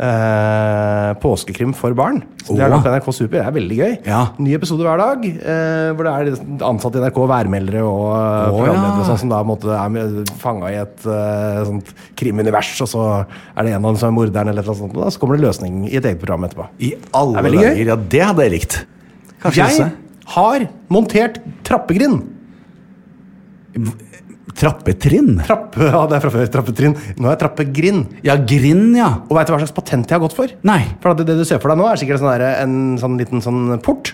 eh, påskekrim for barn. Så Det Åh. er lagt på NRK Super. Det er veldig gøy. Ja. Ny episode hver dag. eh, hvor det er ansatte i NRK, værmeldere og eh, Åh, programledere og ja. sånn, som da på en måte er fanga i et eh, sånt krimunivers, og så er det en av dem som er morderen, eller et eller annet sånt. Og da så kommer det løsning i et eget program etterpå. I alle Det er veldig gøy. dager. Ja, det hadde jeg likt. Kanskje Jeg Josse? har montert trappegrind. Trappetrinn? Trappe, ja, det er fra før. Trappetrinn. Nå er jeg trappegrind. Ja, grind, ja. Og veit du hva slags patent jeg har gått for? Nei. For at det, det du ser for deg nå, er sikkert sånn der, en sånn liten sånn port.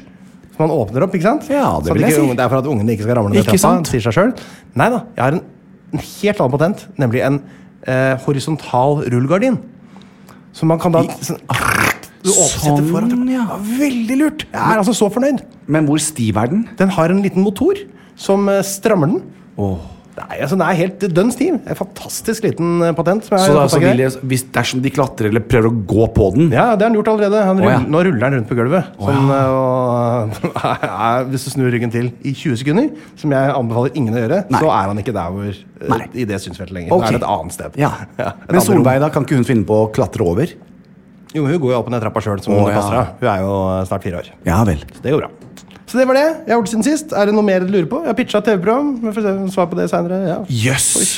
Som man åpner opp, ikke sant? Ja, det Så at vil jeg ikke si. unge- Det er for at ungene ikke skal ramle ned Ikke sant? trappa. sier seg selv. Nei da, jeg har en, en helt annen patent, nemlig en eh, horisontal rullgardin. Så man kan da sånn, du åpner- Sånn, setter foran trappa. ja. Veldig lurt! Jeg er altså så fornøyd. Men hvor stiv er den? Den har en liten motor som eh, strammer den. Nei, altså, den er helt dønn stiv. En fantastisk liten eh, patent. Som jeg Så har da, fått så tak i her. vil jeg, hvis, dersom de klatrer eller prøver å gå på den Ja, det har han gjort allerede. Han Å, ja. rull- Nå ruller han rundt på gulvet. Sånn, øh, (laughs) og, hvis du snur ryggen til i 20 sekunder, som jeg anbefaler ingen å gjøre, Nei. så er han ikke der hvor øh, Nei. i det synsfeltet lenger. Ok. Da er det et annet sted. (laughs) Ja. et Men annet rom. Solveig, da? Kan ikke hun finne på å klatre over? Jo, men Hun går jo opp og ned trappa sjøl, som Å, hun ja. passer av. Hun er jo øh, snart fire år. Ja vel. Så det går bra. Så det var det jeg har gjort siden sist. Er det noe mer du lurer på? Jeg har pitcha TV-program. Vi får se- svar på det senere. Ja. Jøss!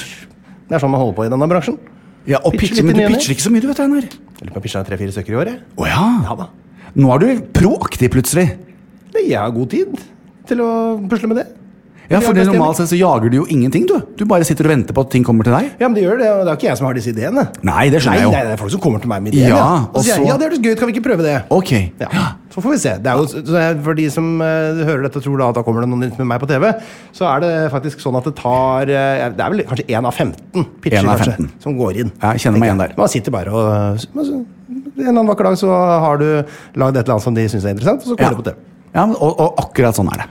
Det er sånn man holder på i denne bransjen. Ja, og Pitcher pitcher, litt men du i ny og ne. pitcher ikke så mye, du vet, Einar. Jeg lurer på om jeg pitcha tre-fire stykker i året. Å ja. Nå er du proaktiv plutselig. Jeg har god tid til å pusle med det. Ja, Vi for har det bestemt- normalt sett så jager du jo ingenting, du. Du bare sitter og venter på at ting kommer til deg. Ja, men det gjør det, og det er ikke jeg som har disse ideene. Nei, det Nei, skjønner jeg jo. nei, det er folk som kommer til meg med ideer. Ja, og så sier og så- jeg, ja, det er litt gøy, kan vi ikke prøve det? Ok. Ja, Så får vi se. Det er jo, så det er- for de som eh, hører dette og tror da at da kommer det noen litt med meg på TV, så er det faktisk sånn at det tar eh, Det er vel kanskje 1 av 15 pitcher En av kanskje, 15. som går inn. Ja, jeg kjenner meg igjen der. Man sitter bare og man, så- En eller annen vakker dag så har du lagd et eller annet som de syns er interessant, og så kommer det på TV. Ja, men, og, og akkurat sånn er det.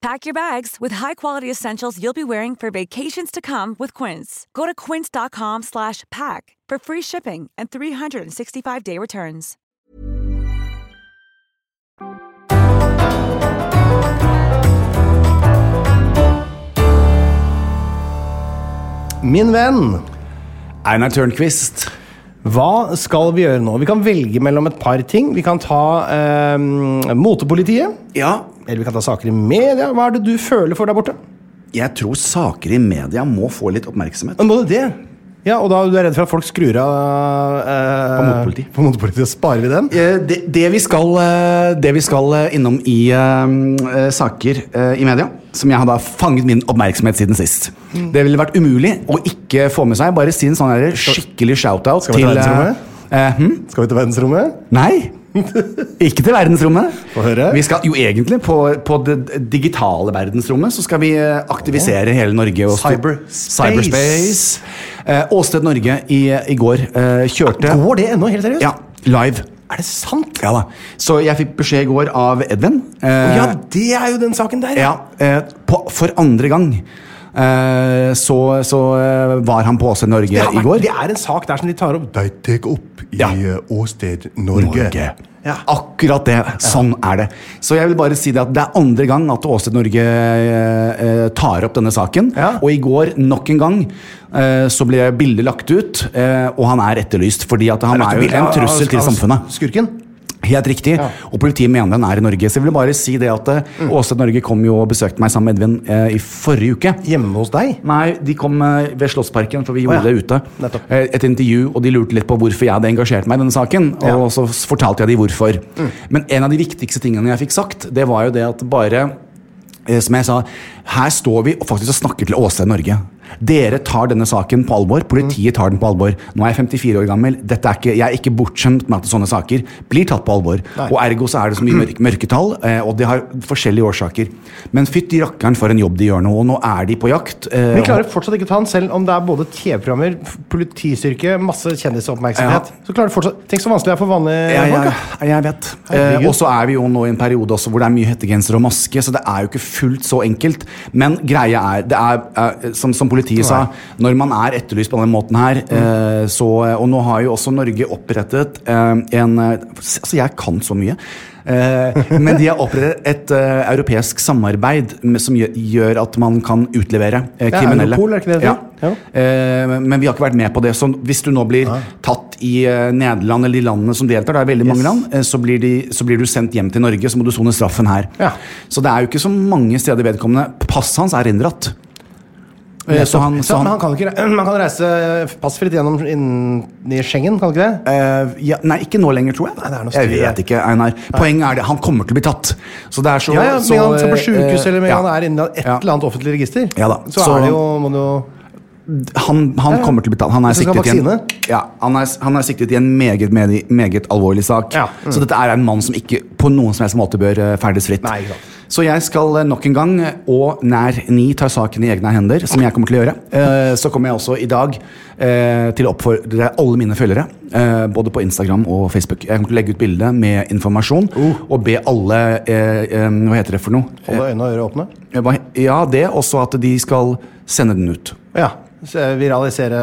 Pack your bags with high-quality essentials you'll be wearing for vacations to come with Quince. Go to quince.com slash pack for free shipping and 365-day returns. Min venn, Einar Tørnquist. hva skal vi gjøre nå? Vi kan velge mellom et par ting. Vi kan ta eh, motepolitiet. Ja, Eller vi kan ta saker i media. Hva er det du føler for der borte? jeg tror saker i media må få litt oppmerksomhet. Må det det? Ja, Og da er du redd for at folk skrur av eh, På motepoliti. På motepolitiet, Sparer vi den? Eh, Det, det, vi skal, eh, det vi skal eh, innom i eh, eh, saker eh, i media, som jeg har da fanget min oppmerksomhet siden sist. Det ville vært umulig å ikke få med seg. Bare si en sånn her skikkelig shout-out Skal vi til til eh, verdensrommet? eh, hm? Skal vi til verdensrommet? Nei! Ikke til verdensrommet. Få høre. Vi skal jo egentlig på, på det digitale verdensrommet så skal vi eh, aktivisere hele Norge. Og Cyberspace. Cyberspace. Eh, Åsted Norge i, i går eh, kjørte Går det ennå, helt seriøst? Ja, live. Er det sant? Ja da. Så jeg fikk beskjed i går av Edven. eh, Ja, det er jo den saken der, ja, eh, på, for andre gang eh, så, så eh, var han på Åsted Norge Det, har i vært, går. det er en sak der som de tar opp. De tar opp i Ja. eh, åsted Norge. Ja. Akkurat det. Sånn er det. Så jeg vil bare si det at det er andre gang at Åsted Norge eh, eh, tar opp denne saken. Ja. Og i går, nok en gang, eh, så ble bildet lagt ut, eh, og han er etterlyst. Fordi at han er jo en trussel til samfunnet. Skurken? Helt riktig. Og politiet mener den er i Norge. Så jeg vil bare si det at eh, Mm. Åsted Norge kom jo og besøkte meg sammen med Edvin eh, i forrige uke. Hjemme hos deg? Nei, de kom eh, ved Slottsparken, for vi Å, ja. gjorde det ute. Nettopp. Eh, Et intervju, og de lurte litt på hvorfor jeg hadde engasjert meg i denne saken. Og Ja. Mm. så s- fortalte jeg de hvorfor. Men en av de viktigste tingene jeg fikk sagt, det var jo det at bare eh, som jeg sa, her står vi og faktisk og snakker til Åsted Norge. Dere tar denne saken på alvor. Politiet tar den på alvor. Nå er jeg 54 år gammel. Dette er ikke, jeg er ikke bortskjemt med at sånne saker blir tatt på alvor. Og Ergo så er det så mye mørk, mørketall, eh, og det har forskjellige årsaker. Men fytti rakkeren for en jobb de gjør nå, og nå er de på jakt. eh, Vi klarer fortsatt ikke å ta han selv om det er både TV-programmer, f- politistyrke, masse kjendisoppmerksomhet. Ja. Så klarer det fortsatt Tenk så vanskelig det er for vanlige Ja, ja, folk. da. ja, jeg vet. Herregud. Eh, og så er vi jo nå i en periode også hvor det er mye hettegenser og maske, så det er jo ikke fullt så enkelt. Men greia er, det er eh, som, som politiet sa, når man er etterlyst på denne måten her, Mm. eh, så Og nå har jo også Norge opprettet eh, en eh, Altså, jeg kan så mye. Eh, men de har opprettet et eh, europeisk samarbeid med, som gjør, gjør at man kan utlevere eh, Ja, kriminelle. Europol, er ikke det det Ja. heter? Ja. Eh, men vi har ikke vært med på det. Så hvis du nå blir Ah. tatt i eh, Nederland eller de landene som deltar, det er veldig mange land, eh, så blir, de, så blir du sendt hjem til Norge, så må du sone straffen her. Ja. Så det er jo ikke så mange steder vedkommende Passet hans er inndratt. Eh, Så han, Så så man han kan ikke, (clears throat) man kan reise passfritt gjennom inn i Schengen, kan ikke det? eh, ja, Nei, ikke nå lenger, tror jeg. Nei, det er noe jeg styr vet der. ikke, Einar. Poenget er det, han kommer til å bli tatt. Så det er så Ja, ja, så, Med han skal på eh, sjukehus, eller med ja. han er inne i et Ja. eller annet offentlig register, Ja da, så, så- er det jo, må det jo Han, han kommer til å bli tatt. Han er Hvis han skal siktet i ha en, ja, han er, han er siktet i en meget, medi- meget alvorlig sak. Ja. mm. Så dette er en mann som ikke på noen som helst måte bør eh, ferdes fritt. Nei, ikke sant. så jeg skal eh, nok en gang, eh, og nær ni, ta saken i egne hender, som jeg kommer til å gjøre. Eh, Så kommer jeg også i dag eh, til å oppfordre alle mine følgere, eh, både på Instagram og Facebook. Jeg kommer til å legge ut bilde med informasjon Uh. og be alle eh, eh, Hva heter det for noe? Eh, holde øyne og ører åpne. hva- Ja, det. Også at de skal sende den ut. Ja. så Viralisere,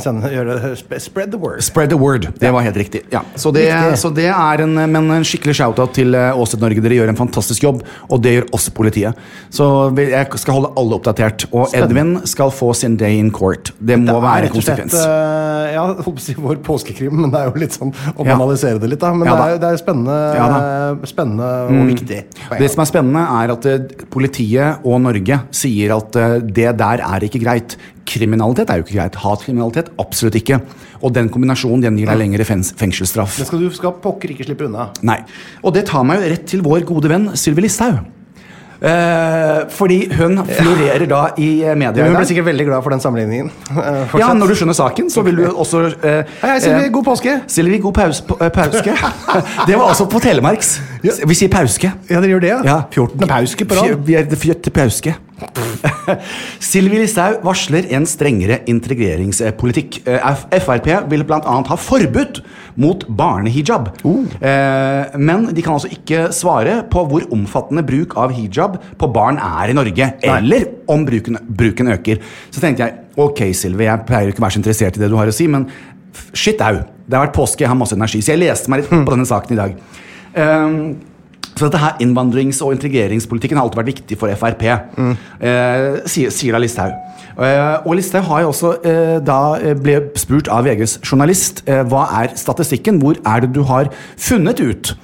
sende, gjøre sp- Spread the word. Spread the word. Det var helt riktig. Ja. Så, det, Riktig. så det er en, men en skikkelig shout-out til eh, Åsted Norge. Dere gjør en fantastisk jobb, og det gjør også politiet. Så vi- jeg skal holde alle oppdatert. Og Edvin skal få sin day in court. Det må er være rett og slett, konsekvens. eh, ja, jeg holdt på å si vår påskekrim, men det er jo litt sånn å Ja. banalisere det litt, da. Mm. Men det Ja, er da. jo det er spennende, Ja, spennende og viktig. Det som er spennende, er at eh, politiet og Norge sier at eh, det der er ikke greit. Kriminalitet er jo ikke greit. Hatkriminalitet absolutt ikke. Og den kombinasjonen den gir deg lengre fens- fengselsstraff. Det skal du skal pokker ikke slippe unna. Nei. Og det tar meg jo rett til vår gode venn Sylvi Listhaug. Eh, fordi hun florerer da i eh, media. i Hun dag. ble sikkert veldig glad for den sammenligningen. Eh, fortsett. ja, Når du skjønner saken, så vil du også eh, Hei, hei, Sylvi, eh, god påske! Sylvi, god paus, pa- eh, pauske. (laughs) det var altså på telemarks. Vi sier pauske. Ja, dere gjør det, ja? Ja. 14. pauske på rad. Fj- Vi er det fjørte pauske. (laughs) Sylvi Listhaug varsler en strengere integreringspolitikk. Eh, F- Frp vil bl.a. ha forbud mot barnehijab. Oh. Eh, Men de kan altså ikke svare på hvor omfattende bruk av hijab på barn er i Norge. Eller om bruken, bruken øker. Så tenkte jeg ok, Sylvi, jeg pleier ikke å være så interessert i det du har å si, men f- shit au. Det har vært påske, jeg har masse energi. Så jeg leste meg litt Hmm. opp på denne saken i dag. Eh, så dette her Innvandrings- og integreringspolitikken har alltid vært viktig for Frp, Mm. eh, sier, sier da Listhaug. Eh, og Listhaug har jo også eh, da eh, ble spurt av VGs journalist eh, hva er statistikken, hvor er det du har funnet ut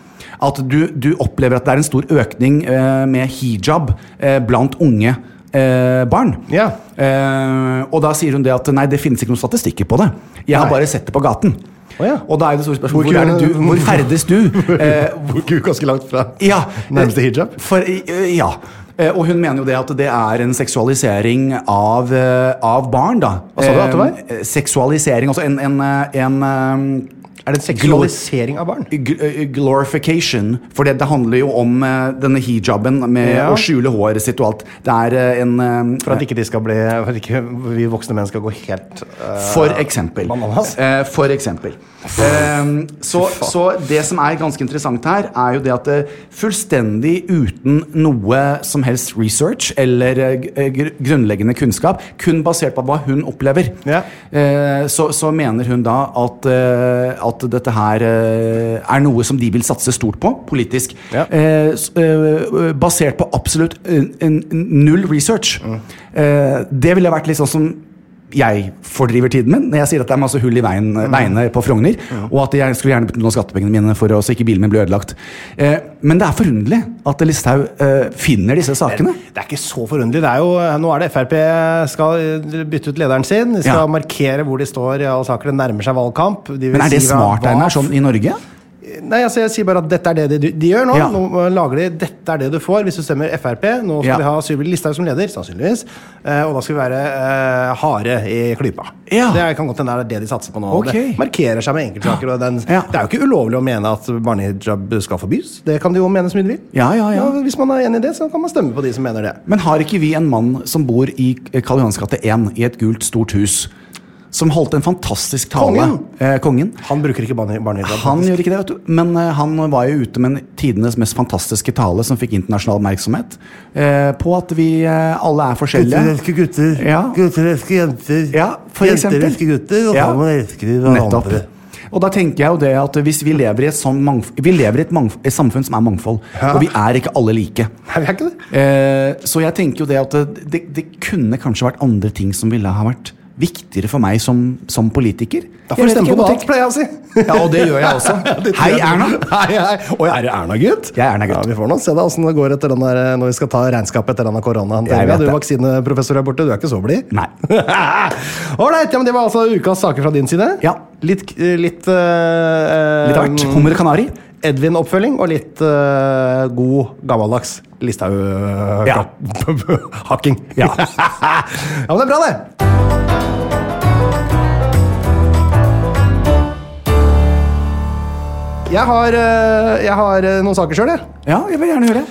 at du, du opplever at det er en stor økning eh, med hijab eh, blant unge eh, barn. Ja. Eh, og da sikker hun det at nei, det finnes ikke noen statistikker på det. Jeg har bare sett det på gaten. Å ja. Og da er det store Hvor spørsmålet hvor, er kunne- det du, hvor ferdes du? (laughs) Eh, Gud, ganske langt fra ja. nærmeste hijab. For, eh, ja. Eh, Og hun mener jo det at det er en seksualisering av, eh, av barn, da. Hva sa du at det var? Eh, Seksualisering, altså en, en, eh, en eh, Er det en seksualisering av barn? gl- eh, Glorification. For det, det handler jo om eh, denne hijaben med Ja. å skjule håret sitt og alt. Det er eh, en eh, For at ikke de skal bli For at ikke vi voksne menn skal gå helt eh, For eksempel. Bananas. Eh, for eksempel. Ehm, så, så det som er ganske interessant her, er jo det at det fullstendig uten noe som helst research eller eh, gr- eh, gr grunnleggende kunnskap, kun basert på hva hun opplever, Ja. eh, så, så mener hun da at, eh, at dette her eh, er noe som de vil satse stort på politisk. Ja. Eh, s- eh, basert på absolutt eh, en- en null research. Mm. Eh, det ville vært litt sånn som jeg fordriver tiden min når jeg sier at det er masse hull i veien, Mm. veiene på Frogner, og at jeg skulle gjerne brukt noen av skattepengene mine for å, så ikke bilen min blir ødelagt. Eh, men det er forunderlig at Listhaug eh, finner disse sakene. Det er ikke så forunderlig. Det er jo, eh, nå er det Frp skal eh, bytte ut lederen sin. De skal Ja. markere hvor de står i alle saker. Det nærmer seg valgkamp. De vil Men er det si hva- smart, hva- Einar, sånn i Norge? Nei, altså, jeg sier bare at dette er det de, de gjør nå. Ja. Nå eh, lager de 'dette er det du får' hvis du stemmer Frp. Nå skal Ja. de ha Sylvi Listhaug som leder, sannsynligvis. Eh, og da skal vi være eh, harde i klypa. Ja. Det er- kan godt hende det er det de satser på nå. Ok. Det markerer seg med enkeltsaker. Og den, Ja. Det er jo ikke ulovlig å mene at barnehijab skal forbys. Det kan de jo mene så mye de vil. Ja, ja, ja. hvis man er enig i det, så kan man stemme på de som mener det. Men har ikke vi en mann som bor i Karl Johans gate 1, i et gult, stort hus, som holdt en fantastisk tale? Kongen! Eh, kongen. Han bruker ikke barne- barnehijab. Han faktisk. gjør ikke det, vet du. Men eh, han var jo ute med en tidenes mest fantastiske tale som fikk internasjonal oppmerksomhet, eh, på at vi eh, alle er forskjellige. gutter. Ja. Gutter elsker jenter. Ja, for eksempel. Ja. Nettopp. Og da tenker jeg jo det at hvis vi lever i et, sånn mangf vi lever i et, mangf et samfunn som er mangfold, og vi er ikke alle like. Nei, vi er ikke det. Eh, så jeg tenker jo det at det, det kunne kanskje vært andre ting som ville ha vært viktigere for meg som, som politiker. Da får du Jeg vet stemme ikke på noe hva- annet, pleier jeg å si. Ja, og det gjør jeg (laughs) også. Hei, Erna! Hei, hei. Oi, er det Erna, gutt? Jeg er Erna, gutt. Ja, vi får nå se da åssen det går etter den der, eh, når vi skal ta regnskapet etter denne koronaen. Jeg vet Ja, du det. vaksineprofessor her borte, du er ikke så blid? (laughs) Nei. Ålreit, ja, men det var altså ukas saker fra din side. Ja. Litt, eh, litt, eh, Litt av hvert. Hummer canari. Edvin-oppfølging og litt eh, god, gammeldags Ja. (laughs) Listhaug-hakking. Ja. ja, men det er bra, det! Jeg har, eh, jeg har eh, noen saker sjøl, jeg. Ja, jeg vil gjerne høre.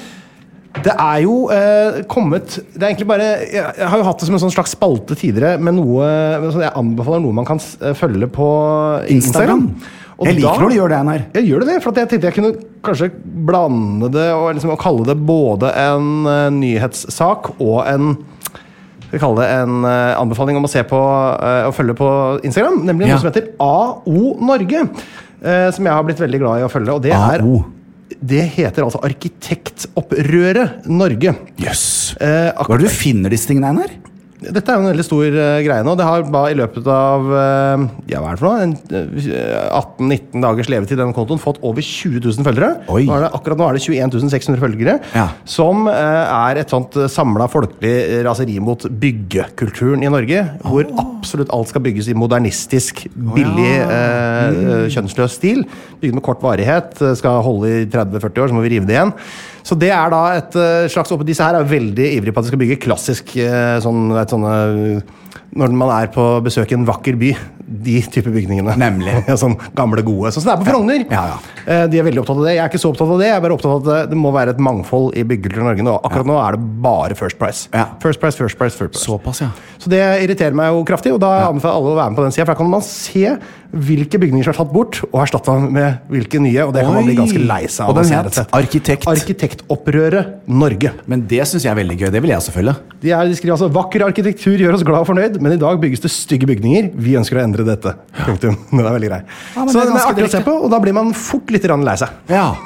Det er jo eh, kommet Det er egentlig bare jeg, jeg har jo hatt det som en sånn slags spalte tidligere, med noe med sånn, Jeg anbefaler noe man kan s- eh, følge på Instagram. Instagram. Jeg liker når du gjør det, Einar. Jeg gjør det, det, for at jeg tenkte jeg kunne kanskje blande det og, liksom, og kalle det både en eh, nyhetssak og en Skal vi kalle det en eh, anbefaling om å se på eh, og følge på Instagram, nemlig Ja. noe som heter AO Norge. eh, som jeg har blitt veldig glad i å følge, og det AO. er Det heter altså Arkitektopprøret Norge. Jøs. Eh, ak- Hva er det du finner disse tingene, Einar? Dette er jo en veldig stor eh, greie nå. Det har bare i løpet av eh, ja, hva er det for noe? En, eh, 18-19 dagers levetid i denne kontoen fått over 20 000 følgere. Oi. Nå er det, akkurat nå er det 21 600 følgere, Ja. som eh, er et sånt samla folkelig eh, raseri mot byggekulturen i Norge. Hvor Ah. absolutt alt skal bygges i modernistisk, billig, eh, Mm. eh, kjønnsløs stil. Bygd med kort varighet. eh, Skal holde i 30-40 år, så må vi rive det igjen. Så det er da et eh, slags opp- Disse her er veldig ivrige på at de skal bygge klassisk eh, sånn, du vet, sånne Når man er på besøk i en vakker by. De type bygningene. Nemlig. (laughs) Ja, sånn gamle, gode. Sånn som det er på Frogner. Ja, ja. Eh, De er veldig opptatt av det. Jeg er ikke så opptatt av det. Jeg er bare opptatt av at det- det må være et mangfold i byggekulturen i Norge nå. Akkurat nå er det bare First Price. Ja. First Price, First Price, First Price. Såpass, ja. Så det irriterer meg jo kraftig, og da anbefaler alle å være med på den sida. For da kan man se hvilke bygninger som er tatt bort, og erstatta med hvilke nye. Og det kan man Oi. bli ganske lei seg av. Og den å se, het rett og slett. Arkitekt. Arkitektopprøret Norge. Men det syns jeg er veldig gøy. Det vil jeg også følge. De, er, de skriver altså 'Vakker arkitektur gjør oss glad og fornøyd', men i dag bygges det stygge bygninger. Vi ønsker å endre dette. Punktum. Den er veldig grei. Ja, men så det er den er ganske artig å se direkte. på, og da blir man fort litt grann lei seg. Ja. (laughs)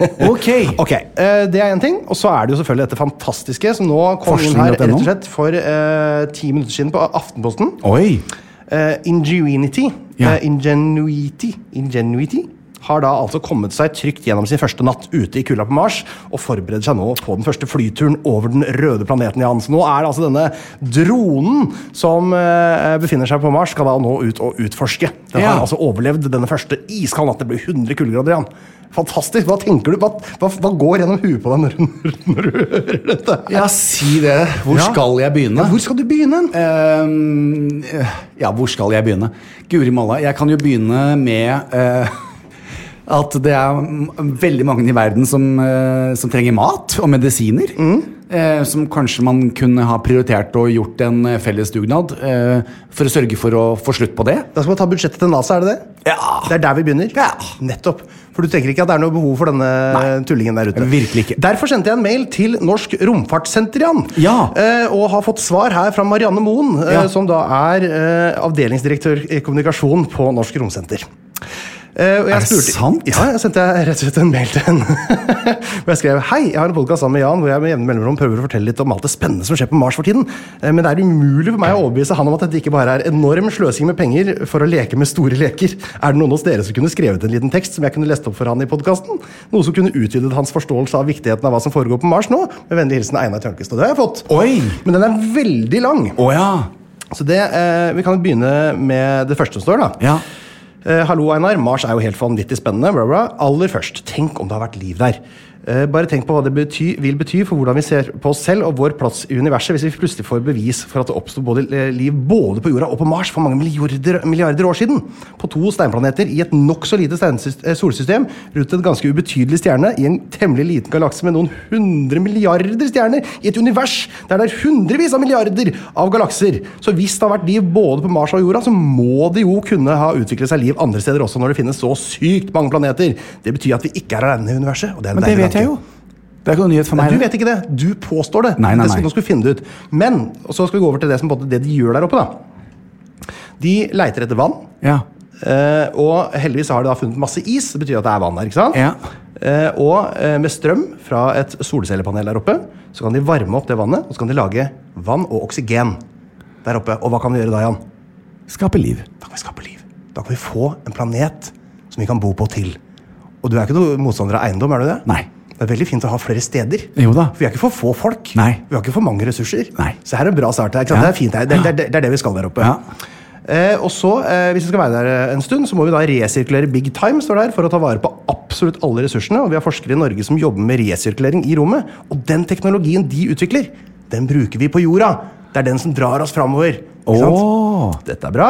Ok. Ok, eh, Det er én ting. Og så er det jo selvfølgelig dette fantastiske som nå kom inn her rett Forskning.no. og slett for eh, ti minutter siden på Aftenposten. Oi. Eh, Ingenuity, Ja. eh, Ingenuity Ingenuity har da altså kommet seg trygt gjennom sin første natt ute i kulda på Mars og forbereder seg nå på den første flyturen over den røde planeten. Jan. Så nå er det altså denne dronen som eh, befinner seg på Mars, skal da nå ut og utforske. Den Ja. har altså overlevd denne første iskalde natten. Det blir 100 kuldegrader igjen. Fantastisk! Hva tenker du? Hva, hva, hva går gjennom huet på deg når, du- når du hører dette? Ja, si det. Hvor Ja. skal jeg begynne? Ja, hvor skal du begynne? hen? Ehm, ja, hvor skal jeg begynne? Guri malla, jeg kan jo begynne med eh, at det er m- veldig mange i verden som, eh, som trenger mat og medisiner. Eh, som kanskje man kunne ha prioritert og gjort en eh, felles dugnad eh, for å sørge for å få slutt på det. Da skal man ta budsjettet til NASA, er det det? Ja. Det er der vi begynner? Ah. Ja. Nettopp. For du tenker ikke at det er noe behov for denne tullingen der ute? Virkelig ikke. Derfor sendte jeg en mail til Norsk Romfartssenter, Jan. Ja. Eh, og har fått svar her fra Marianne Moen, eh, Ja. som da er eh, avdelingsdirektør i kommunikasjon på Norsk Romsenter. Eh, og jeg Er det spurte- sant? Ja, jeg sendte jeg rett og slett en mail til henne. Hvor jeg skrev Hei, jeg har en podkast sammen med Jan hvor jeg med jevne mellomrom prøver å fortelle litt om alt det spennende som skjer på Mars for tiden. Eh, Men det er umulig for meg å overbevise han om at dette ikke bare er enorm sløsing med penger for å leke med store leker. Er det noen hos dere som kunne skrevet en liten tekst som jeg kunne lest opp for han i podkasten? Noe som kunne utvidet hans forståelse av viktigheten av hva som foregår på Mars nå? Med vennlig hilsen Einar Tørnquist. Og det har jeg fått. Oi! Men den er veldig lang. Å ja. Så det, eh, vi kan jo begynne med det første som står, da. Ja. Eh, hallo, Einar. Mars er jo helt vanvittig spennende. Bla, bla. Aller først, tenk om det har vært liv der. Eh, bare tenk på hva det bety, vil bety for hvordan vi ser på oss selv og vår plass i universet hvis vi plutselig får bevis for at det oppsto både, eh, liv både på jorda og på Mars for mange milliarder, milliarder år siden. På to steinplaneter i et nokså lite steinsys- eh, solsystem rundt en ganske ubetydelig stjerne i en temmelig liten galakse med noen hundre milliarder stjerner i et univers der det er hundrevis av milliarder av galakser. Så hvis det har vært liv både på Mars og jorda, så må det jo kunne ha utviklet seg liv andre steder også, når det finnes så sykt mange planeter. Det betyr at vi ikke er alene i universet. Og det er en Men deilig det vet tanke. jeg jo. Det er ikke noe nyhet for meg. Nei, du det. vet ikke det. Du påstår det. Nei, nei, Det skal, nei. nå skal vi finne det ut. Men og så skal vi gå over til det, som, på en måte det de gjør der oppe. da. De leiter etter vann. Ja. Eh, og heldigvis har de da funnet masse is, det betyr at det er vann her. ikke sant? Ja. Eh, og eh, med strøm fra et solcellepanel der oppe, så kan de varme opp det vannet, og så kan de lage vann og oksygen der oppe. Og hva kan vi gjøre da, Jan? skape liv. Da kan vi skape liv. Da kan vi få en planet som vi kan bo på til. Og du er ikke noe motstander av eiendom, er du det? Nei. Det er veldig fint å ha flere steder. Jo da. For vi er ikke for få folk. Nei. Vi har ikke for mange ressurser. Nei. Så her er en bra start. Her, ikke sant? Ja. Det er fint her. Det, det, det, det er det vi skal der oppe. Ja. Eh, og så, eh, hvis vi skal være der eh, en stund, så må vi da resirkulere big time står det her, for å ta vare på absolutt alle ressursene. Og vi har forskere i Norge som jobber med resirkulering i rommet. Og den teknologien de utvikler, den bruker vi på jorda. Det er den som drar oss framover. Ikke sant? Dette er bra.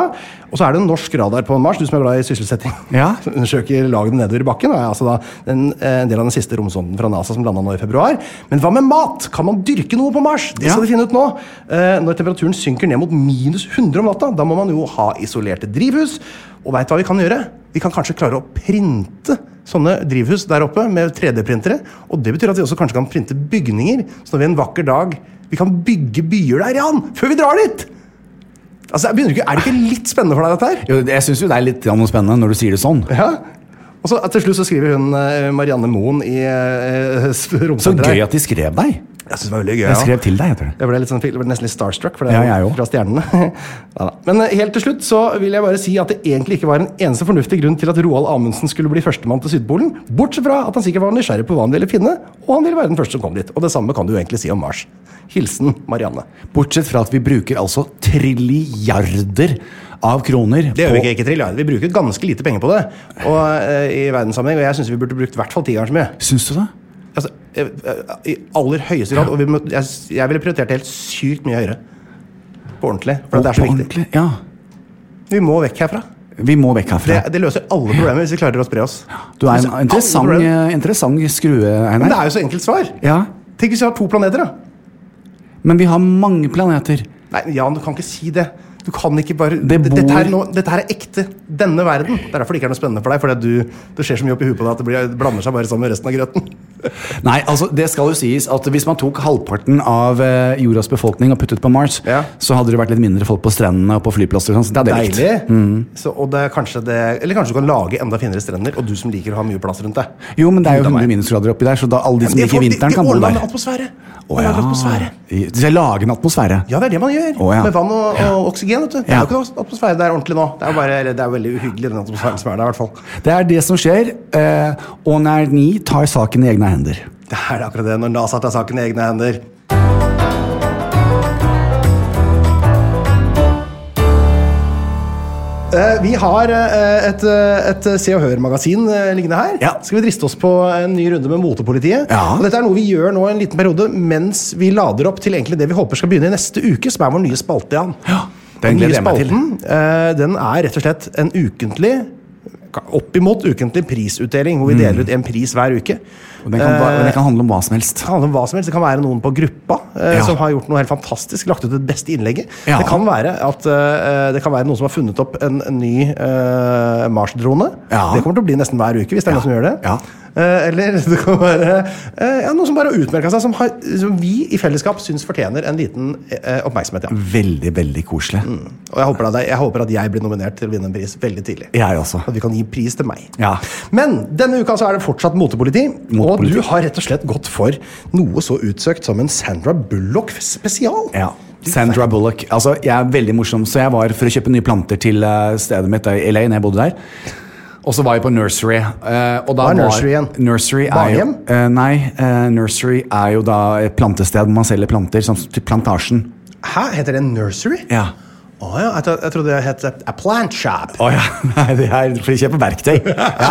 Og så er det en norsk radar på Mars, du som er glad i sysselsetting. (laughs) Ja. Som undersøker lagene nedover i bakken. og er altså da den, eh, en del av den siste romsonden fra NASA som landa nå i februar. Men hva med mat? Kan man dyrke noe på Mars? Det skal Ja. de finne ut nå. Eh, når temperaturen synker ned mot minus 100 om natta, da må man jo ha isolerte drivhus. Og veit du hva vi kan gjøre? Vi kan kanskje klare å printe sånne drivhus der oppe med 3D-printere. Og det betyr at vi også kanskje kan printe bygninger, så når vi en vakker dag vi kan bygge byer der, Jan! Før vi drar dit! Altså, jeg begynner ikke, Er det ikke litt spennende for deg, dette her? Jo, jeg syns jo det er litt grann spennende når du sier det sånn. Ja. Og så eh, Til slutt så skriver hun eh, Marianne Moen i eh, (laughs) s- Så romsenteret. gøy at de skrev deg. Jeg synes det var veldig gøy, Jeg ja. skrev til deg, heter det. Jeg ble, litt sånn, jeg ble nesten litt starstruck, for det Ja, er jo jeg òg. fra stjernene. (laughs) ja, da. Men eh, helt til slutt så vil jeg bare si at det egentlig ikke var en eneste fornuftig grunn til at Roald Amundsen skulle bli førstemann til Sydpolen, bortsett fra at han sikkert var nysgjerrig på hva han ville finne, og han ville være den første som kom dit. Og det samme kan du jo egentlig si om Mars. Hilsen Marianne. Bortsett fra at vi bruker altså trilliarder av kroner Det gjør vi på ikke, ikke trilliarder. Vi bruker ganske lite penger på det og, eh, i verdenssammenheng, og jeg syns vi burde brukt i hvert fall ti ganger så mye. Syns du det? Altså, eh, eh, I aller høyeste grad. Og vi må, jeg, jeg ville prioritert det helt sykt mye høyere. På ordentlig. For det er så På viktig. ordentlig? Ja. Vi må vekk herfra. Vi må vekk herfra. Det, det løser alle problemer hvis vi klarer å spre oss. Du er Løser en alle interessant, problemer. eh, interessant skrue, Men det Einar. er jo så enkelt svar. Ja, Tenk hvis vi har to planeter, da. men vi har mange planeter. Nei, Jan, du kan ikke si det. Du kan ikke bare Det bor- dette, her nå, dette her er ekte. Denne verden. Det er derfor det ikke er noe spennende for deg. Fordi du, det skjer så mye oppi huet på deg at det blir, blander seg bare sammen med resten av grøten. Nei, altså det skal jo sies at Hvis man tok halvparten av eh, jordas befolkning og puttet på Mars, Ja. så hadde det vært litt mindre folk på strendene og på flyplasser. og sånn, Så det hadde jeg likt. Deilig. Mm. Så, og det er kanskje det Eller kanskje du kan lage enda finere strender, og du som liker å ha mye plass rundt deg. Jo, men det er jo Gud a meg. 100 minusgrader oppi der, så da alle de Ja, som men det liker får- vinteren, det- kan bo Det ordner man der. med atmosfære. Å, Man lager atmosfære. I- Så jeg lager en atmosfære. Ja, det er det man gjør. Å, ja. Med vann og, og oksygen. vet du. Det er Ja. jo ikke noe atmosfære der ordentlig nå. Det er jo bare, eller, det er jo veldig uhyggelig, den atmosfæren som er der. i hvert fall. Det er det som skjer. eh, Og Nerni tar saken i egne hender. Det er akkurat det, når NASA tar saken i egne hender. Eh, Vi har eh, et, eh, et Se og Hør-magasin eh, liggende her. Ja. Skal vi driste oss på en ny runde med motepolitiet? Ja. Og dette er noe vi gjør nå en liten periode mens vi lader opp til egentlig det vi håper skal begynne i neste uke, som er vår nye spalte. Jan. Ja, den gleder jeg meg til. spalten, eh, den er rett og slett en ukentlig Oppimot ukentlig prisutdeling, hvor vi deler ut en pris hver uke. Og den kan, ba- Eh. den kan handle om hva som helst. Det kan handle om hva som helst. Det kan være noen på gruppa eh, Ja. som har gjort noe helt fantastisk. Lagt ut det beste innlegget. Ja. Det, kan være at, eh, det kan være noen som har funnet opp en, en ny eh, Mars-drone. Ja. Det kommer til å bli nesten hver uke, hvis det er noen som gjør det. Ja. Eh, eller (laughs) det kan være eh, ja, noen som bare har utmerka seg, som, har, som vi i fellesskap syns fortjener en liten eh, oppmerksomhet. Mm. Ja. Veldig, veldig koselig. Og jeg håper, at jeg, jeg håper at jeg blir nominert til å vinne en pris veldig tidlig. Jeg også. At vi kan gi pris til meg. Ja. Men denne uka så er det fortsatt motepoliti, og Motepoliti. du har rett og slett gått for noe så utsøkt som en Sandra Bullock spesial. Ja. Sandra Bullock. Altså, jeg er veldig morsom, så jeg var for å kjøpe nye planter til eh, stedet mitt da, i LA, når jeg bodde der. Og så var jeg på nursery. eh, og da Hva er var- nursery igjen? Nursery er jo, Barnehjem? eh, nei, eh, nursery er jo da et plantested hvor man selger planter, sånn til Plantasjen. Hæ, heter det nursery? Ja. Å ja, jeg, tro- jeg trodde det het a plant shop. Å ja. (laughs) Nei, det er for å kjøpe verktøy. (laughs) Ja.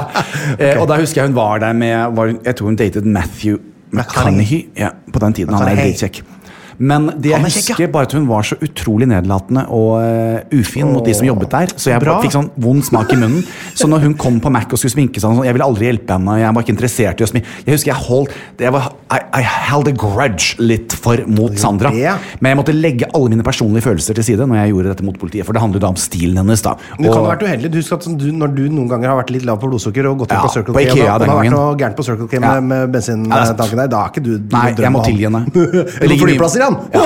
Eh, og da husker jeg hun var der med var, hun- Jeg tror hun datet Matthew McConaughey ja, på den tiden. Han er McConaughey. dritkjekk. Men det jeg Han er kjekk, husker ja. bare at hun var så utrolig nedlatende og eh, ufin mot de som jobbet der. Så jeg bare Bra. fikk sånn vond smak i munnen. Så når hun kom på Mac og skulle sminke seg, sånn, jeg ville aldri hjelpe henne. Jeg var ikke interessert i å sminke Jeg husker jeg holdt jeg var, I, I held a grudge litt for mot Sandra. det. Men jeg måtte legge alle mine personlige følelser til side når jeg gjorde dette mot politiet. For det handler jo da om stilen hennes, da. Du kan Og- ha vært uheldig. Du husker at du, når du noen ganger har vært litt lav på blodsukker og gått inn Ja, på Circle på K, og Ikea da- og det den har vært gangen. noe gærent på Circle K med, Ja. med Ja, det er sant. bensintanken der, da er ikke du Nei, jeg må tilgi henne. (laughs) Det Eller ligger mye- flyplasser igjen! Ja.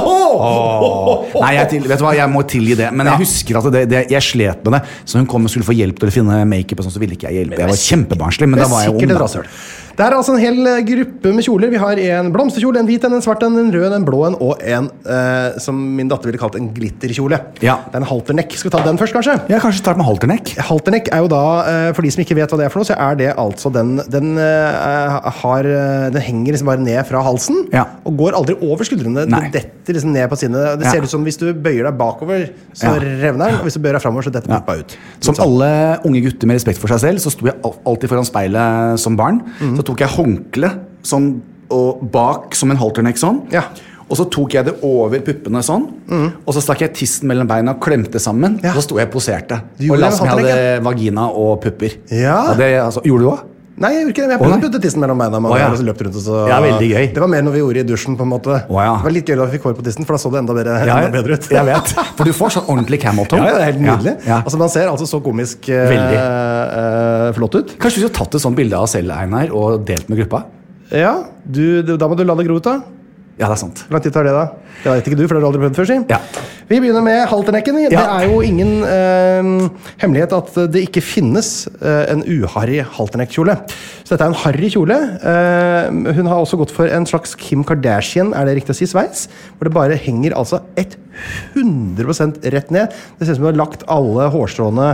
Åhå! Nei, jeg, til, vet du hva, jeg må tilgi det. Men Ja. jeg husker at det, det, jeg slet med det. Så hun kom og skulle få hjelp til å finne makeup, og sånn, så ville ikke jeg hjelpe. Jeg var kjempebarnslig, men da var jeg Sikkert et ung. rasshøl. Da. Det er altså en hel eh, gruppe med kjoler. Vi har en blomsterkjole, en hvit en, en svart en, en rød en, en blå en og en eh, som min datter ville kalt en glitterkjole. Ja. Det er en halternekk. Skal vi ta den først, kanskje? Jeg kanskje starte med halterneck. Halterneck er jo da, eh, for de som ikke vet hva det er for noe, så er det altså den Den, eh, har, eh, den henger liksom bare ned fra halsen Ja. og går aldri over skuldrene. Nei. Den detter liksom ned på sidene. Det Ja. ser ut som hvis du bøyer deg bakover, så Ja. revner den, og hvis du bøyer deg framover, så detter den bare ut. Som alle unge gutter med respekt for seg selv, så sto jeg al- alltid foran speilet som barn. Mhm. Så tok jeg håndkle sånn, og bak som en halterneck sånn. Ja. Mhm. Og så tok jeg det over puppene sånn, og så stakk jeg tissen mellom beina og klemte sammen. Ja. Og så sto jeg og poserte. Du gjorde Og la det med som jeg halterneck, hadde vagina og pupper. Ja. Og det, altså, gjorde du òg? Nei, jeg gjorde ikke det, men jeg Å, prøvde nei. å putte tissen mellom beina. men Å, ja. jeg løp rundt og så... Ja, veldig gøy. Det var mer noe vi gjorde i dusjen. på en måte Å, ja. Det var litt gøy da vi fikk hår på tissen, for da så det enda bedre, Ja, enda bedre ut. jeg (laughs) vet. For du får sånn ordentlig camel toe. Ja, ja, det er helt nydelig. Ja, ja. Altså, Man ser altså så komisk eh, Veldig. eh, flott ut. Kanskje du skulle tatt et sånt bilde av oss selv, Einar, og delt med gruppa? Ja, du, du, Da må du la det gro ut, da. Ja, det er sant. Hvor lang tid tar det, da? Det vet ikke du, for det har du aldri prøvd før. Si. Ja. Vi begynner med halternekken. Det Ja. er jo ingen eh, hemmelighet at det ikke finnes eh, en uharry halternekkkjole. Så dette er en harry kjole. Eh, hun har også gått for en slags Kim Kardashian, er det riktig å si, sveis? Hvor det bare henger altså 100 rett ned. Det ser ut som hun har lagt alle hårstråene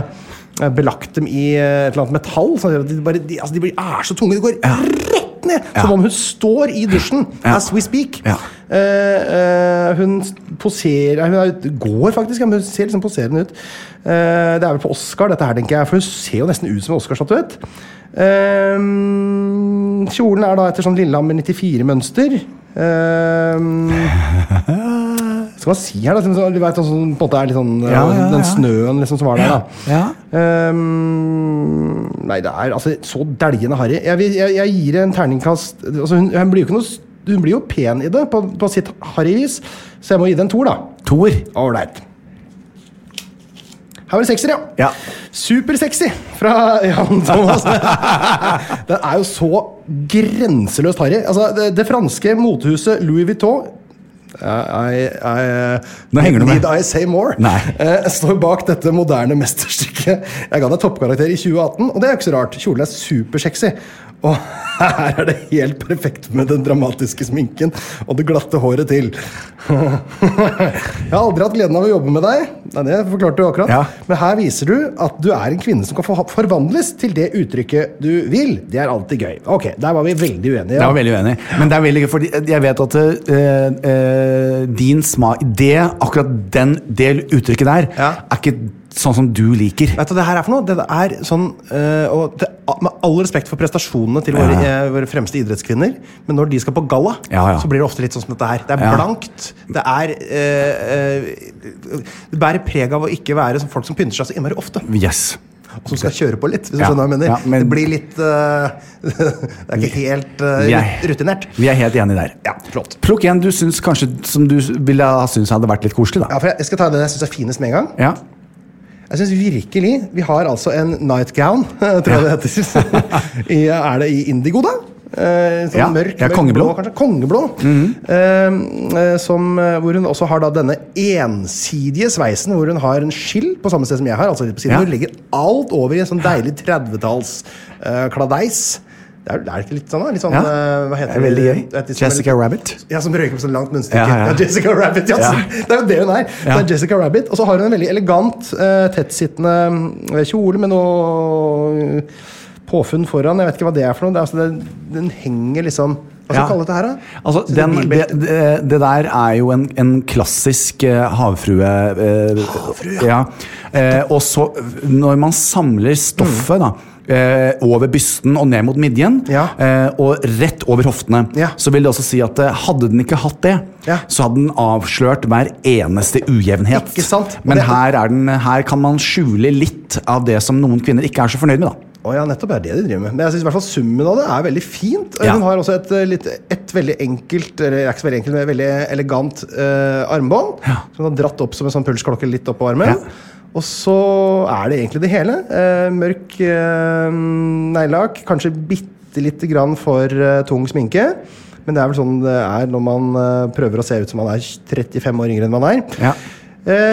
eh, Belagt dem i eh, et eller annet metall. Så de, bare, de, altså de blir- er så tunge. De går rett ned! Som om hun står i dusjen Ja. as we speak. Ja. Eh, eh, hun poserer Hun er, ut- går faktisk, ja, men hun ser liksom poserende ut. Eh, det er vel på Oscar, dette her, tenker jeg, for hun ser jo nesten ut som en Oscar-statuett. Eh, kjolen er da etter sånn Lillehammer 94-mønster. Eh, (laughs) skal man si her, da? Som, så- du vet, sånn, som på en måte er litt sånn eh, Ja, ja, Den ja. snøen liksom, som var der, da. Ja. Eh, nei, det er altså så dæljende harry. Jeg, vil- jeg, jeg gir en terningkast altså, hun, hun blir jo ikke noe s- Hun blir jo pen i det, på, på sitt harryvis, så jeg må gi det en toer, da. Tor. Ålreit. Her var det sekser, ja. Ja. Supersexy fra Jan (laughs) Thomas. Den er jo så grenseløst harry. Altså, det, det franske motehuset Louis Vuitton I, I, uh, Nå henger du med. Need I say more? Nei. Eh, står bak dette moderne mesterstykket. Jeg ga deg toppkarakter i 2018, og det er jo ikke så rart. Kjolen er supersexy. Og (laughs) her er det helt perfekt med den dramatiske sminken og det glatte håret til. (laughs) Jeg har aldri hatt gleden av å jobbe med deg, Nei, det forklarte du akkurat. Ja. Men her viser du at du er en kvinne som kan få- forvandles til det uttrykket du vil. Det er alltid gøy. Ok, der var vi veldig uenige. Det ja. var veldig uenig. Men det er veldig gøy, fordi jeg vet at eh, eh, din smak det, Akkurat den del uttrykket der Ja. er ikke sånn som du liker. Vet du hva det her er for noe? Det er sånn, eh, og det, Med all respekt for prestasjonene til våre, eh, våre fremste idrettskvinner, men når de skal på galla, Ja, ja. så blir det ofte litt sånn som dette her. Det er Ja. blankt. Det er eh, eh, Det bærer preg av å ikke være som folk som pynter seg så innmari ofte. Yes. Og som skal kjøre på litt, hvis du Ja. skjønner hva jeg mener. Ja, men- Det blir litt eh, (laughs) Det er ikke helt eh, Jeg- rut- rutinert. Vi er helt enige der. Ja, flott. Plukk en du syns kanskje som du ville ha syntes hadde vært litt koselig, Ja, da. for jeg, jeg skal ta den jeg syns er finest med en gang. Ja. Jeg synes virkelig Vi har altså en nightgown, (laughs) tror jeg det heter. (laughs) I, er det i indigo, da? Eh, sånn Ja, mørk, ja, mørk kongeblå. Mhm. blå, kanskje. Kongeblå. Eh, eh, som, eh, hvor hun også har da denne ensidige sveisen, hvor hun har en skill på samme sted som jeg har. altså litt på siden, Ja. Hun legger alt over i en sånn deilig 30-talls eh, kladeis. Det er, er det ikke litt sånn, da? Litt sånn, Ja. eh, hva heter Det er veldig det? gøy. Det er litt sånn- Jessica Rabbit. ja, som røyker på sånn langt munnstykke. Ja, Ja, ja, ja. Jessica Rabbit, ja. Ja. (laughs) Det er jo det hun er. Det Ja. er Jessica Rabbit, Og så har hun en veldig elegant, eh, tettsittende mm, kjole med noe eh, påfunn foran. Jeg vet ikke hva det er for noe. Det er, altså, den, den henger liksom Hva skal vi Ja. kalle dette her, da? Altså, Så det den, det, bilbelte. det, det der er jo en, en klassisk eh, havfrue... Eh, ja. Eh, og så, når man samler stoffet, da. Eh, over bysten og ned mot midjen, Mm. Ja. eh, og rett over hoftene. Ja. Så vil det også si at eh, hadde den ikke hatt det, Ja. så hadde den avslørt hver eneste ujevnhet. Ikke sant? Og Men det- her, er den, her kan man skjule litt av det som noen kvinner ikke er så fornøyd med, da. Å ja, nettopp er det de driver med. Men jeg synes i hvert fall summen av det er veldig fint. Ja. Hun har også et, eh, litt, et veldig enkelt, eller det er ikke så veldig enkelt, men et veldig elegant eh, armbånd. Som hun har dratt opp som en sånn pulsklokke litt opp på armen. Ja. Og så er det egentlig det hele. Eh, mørk eh, neglelakk, kanskje bitte lite grann for eh, tung sminke. Men det er vel sånn det er når man eh, prøver å se ut som man er 35 år yngre enn man er. Ja.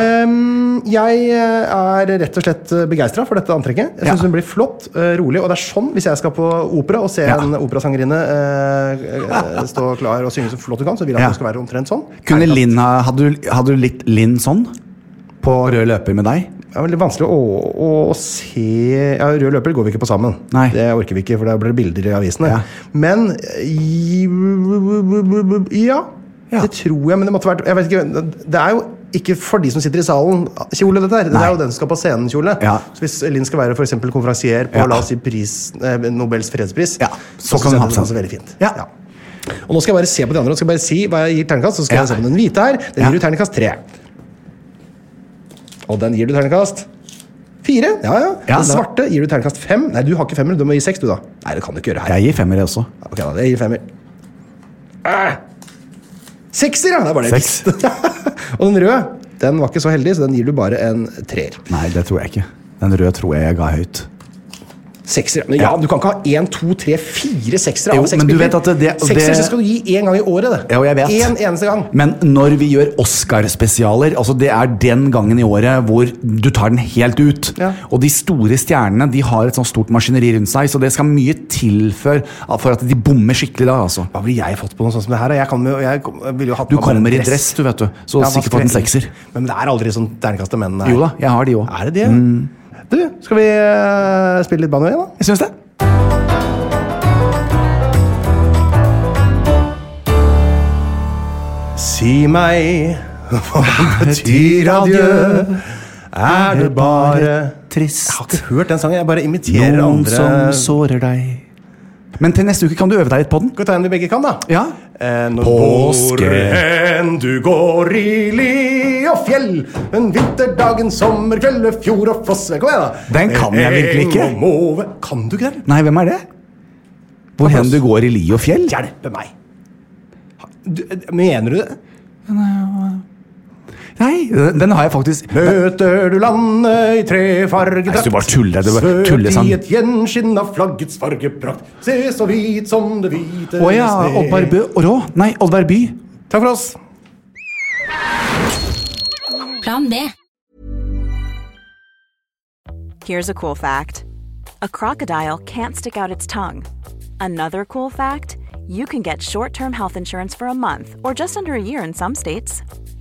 Ehm, jeg er rett og slett begeistra for dette antrekket. Jeg syns Ja. hun blir flott, eh, rolig. Og det er sånn, hvis jeg skal på opera og se Ja. en operasangerinne (laughs) eh, eh, stå klar og synge så flott hun kan, så vil jeg Ja. at hun skal være omtrent sånn. Kunne Linn ha Hadde du, hadde du litt Linn sånn? På rød løper med deg? Det er veldig vanskelig å, å, å se ja, Rød løper går vi ikke på sammen. Nei. Det orker vi ikke, for da blir det bilder i avisene. Ja. Men i- ja, Ja. det tror jeg. Men det måtte vært jeg vet ikke, Det er jo ikke for de som sitter i salen, kjole, dette her. Det Nei. er jo den som skal på scenen, kjole. Ja. Så hvis Linn skal være for eksempel konferansier på Ja. la oss si pris, eh, Nobels fredspris, Ja, så så kan syns hun jeg ha det på passer seg. veldig fint. Ja. Og nå skal jeg bare se på de andre og skal bare si hva jeg gir terningkast. Så skal Ja. jeg se på den hvite her. Den Ja. gir du terningkast tre. Og den gir du terningkast fire. Ja, ja. Ja, den da- svarte gir du terningkast fem. Nei, du har ikke femmer. Du må gi seks, du, da. Nei, det kan du ikke gjøre her. Jeg gir femmer, jeg også. Ok, da, jeg gir femmer. Ah! Sekser, ja! Det var (laughs) det. jeg Seks. visste. og den røde, den var ikke så heldig, så den gir du bare en treer. Nei, det tror jeg ikke. Den røde tror jeg jeg ga høyt. Sekser. Men ja, Ja. du kan ikke ha én, to, tre, fire seksere Jo, av seks men du bilder. vet at det- det- Sekser så skal du gi én gang i året, det. Ja, og jeg vet. En eneste gang. Men når vi gjør Oscar-spesialer, altså det er den gangen i året hvor du tar den helt ut. Ja. Og de store stjernene de har et sånt stort maskineri rundt seg, så det skal mye til for, for at de bommer skikkelig da. altså. Hva ville jeg fått på noe sånt som det her? Jeg, kan, jo- jeg kom- jeg ville jo hatt Du på meg kommer en i dress, du vet du. Så hva sikkert skal fått jeg- en sekser. Men det er aldri sånn terningkast til mennene. her. Jo da, jeg har de òg. Er det det? Mm. Du, skal vi eh, spille litt banjo igjen, da? Jeg syns det. Si meg, (laughs) hva betyr adjø? Er det bare Jeg har Trist. ikke hørt den sangen, jeg bare imiterer Noen andre. som sårer deg. Men til neste uke kan du øve deg litt på den. Skal vi ta en vi begge kan, da? Ja. Eh, Når Påske. Påske hen du går i li og fjell, en vinterdagen sommerkveld ved fjord og fossvegg Kom igjen, da! Den kan jeg virkelig ikke. Eng og move. Kan du ikke den? Nei, hvem er det? Hvor hen du går i li og fjell? Hjelpe meg! Du, eh, mener du det? Nei, den den har jeg faktisk Møter du landet i trefargedrakt? Nei, så du bare tuller, det er bare tullesang. Svøpt i et gjenskinn av flaggets fargeprakt. Se så hvit som det hvite Å ja, sne. Oddvar Bø Rå. Nei, Oddvar By. Takk for oss. Plan B. Here's a cool fact a crocodile can't stick out its tongue. Another cool fact you can get short term health insurance for a month or just under a year in some states.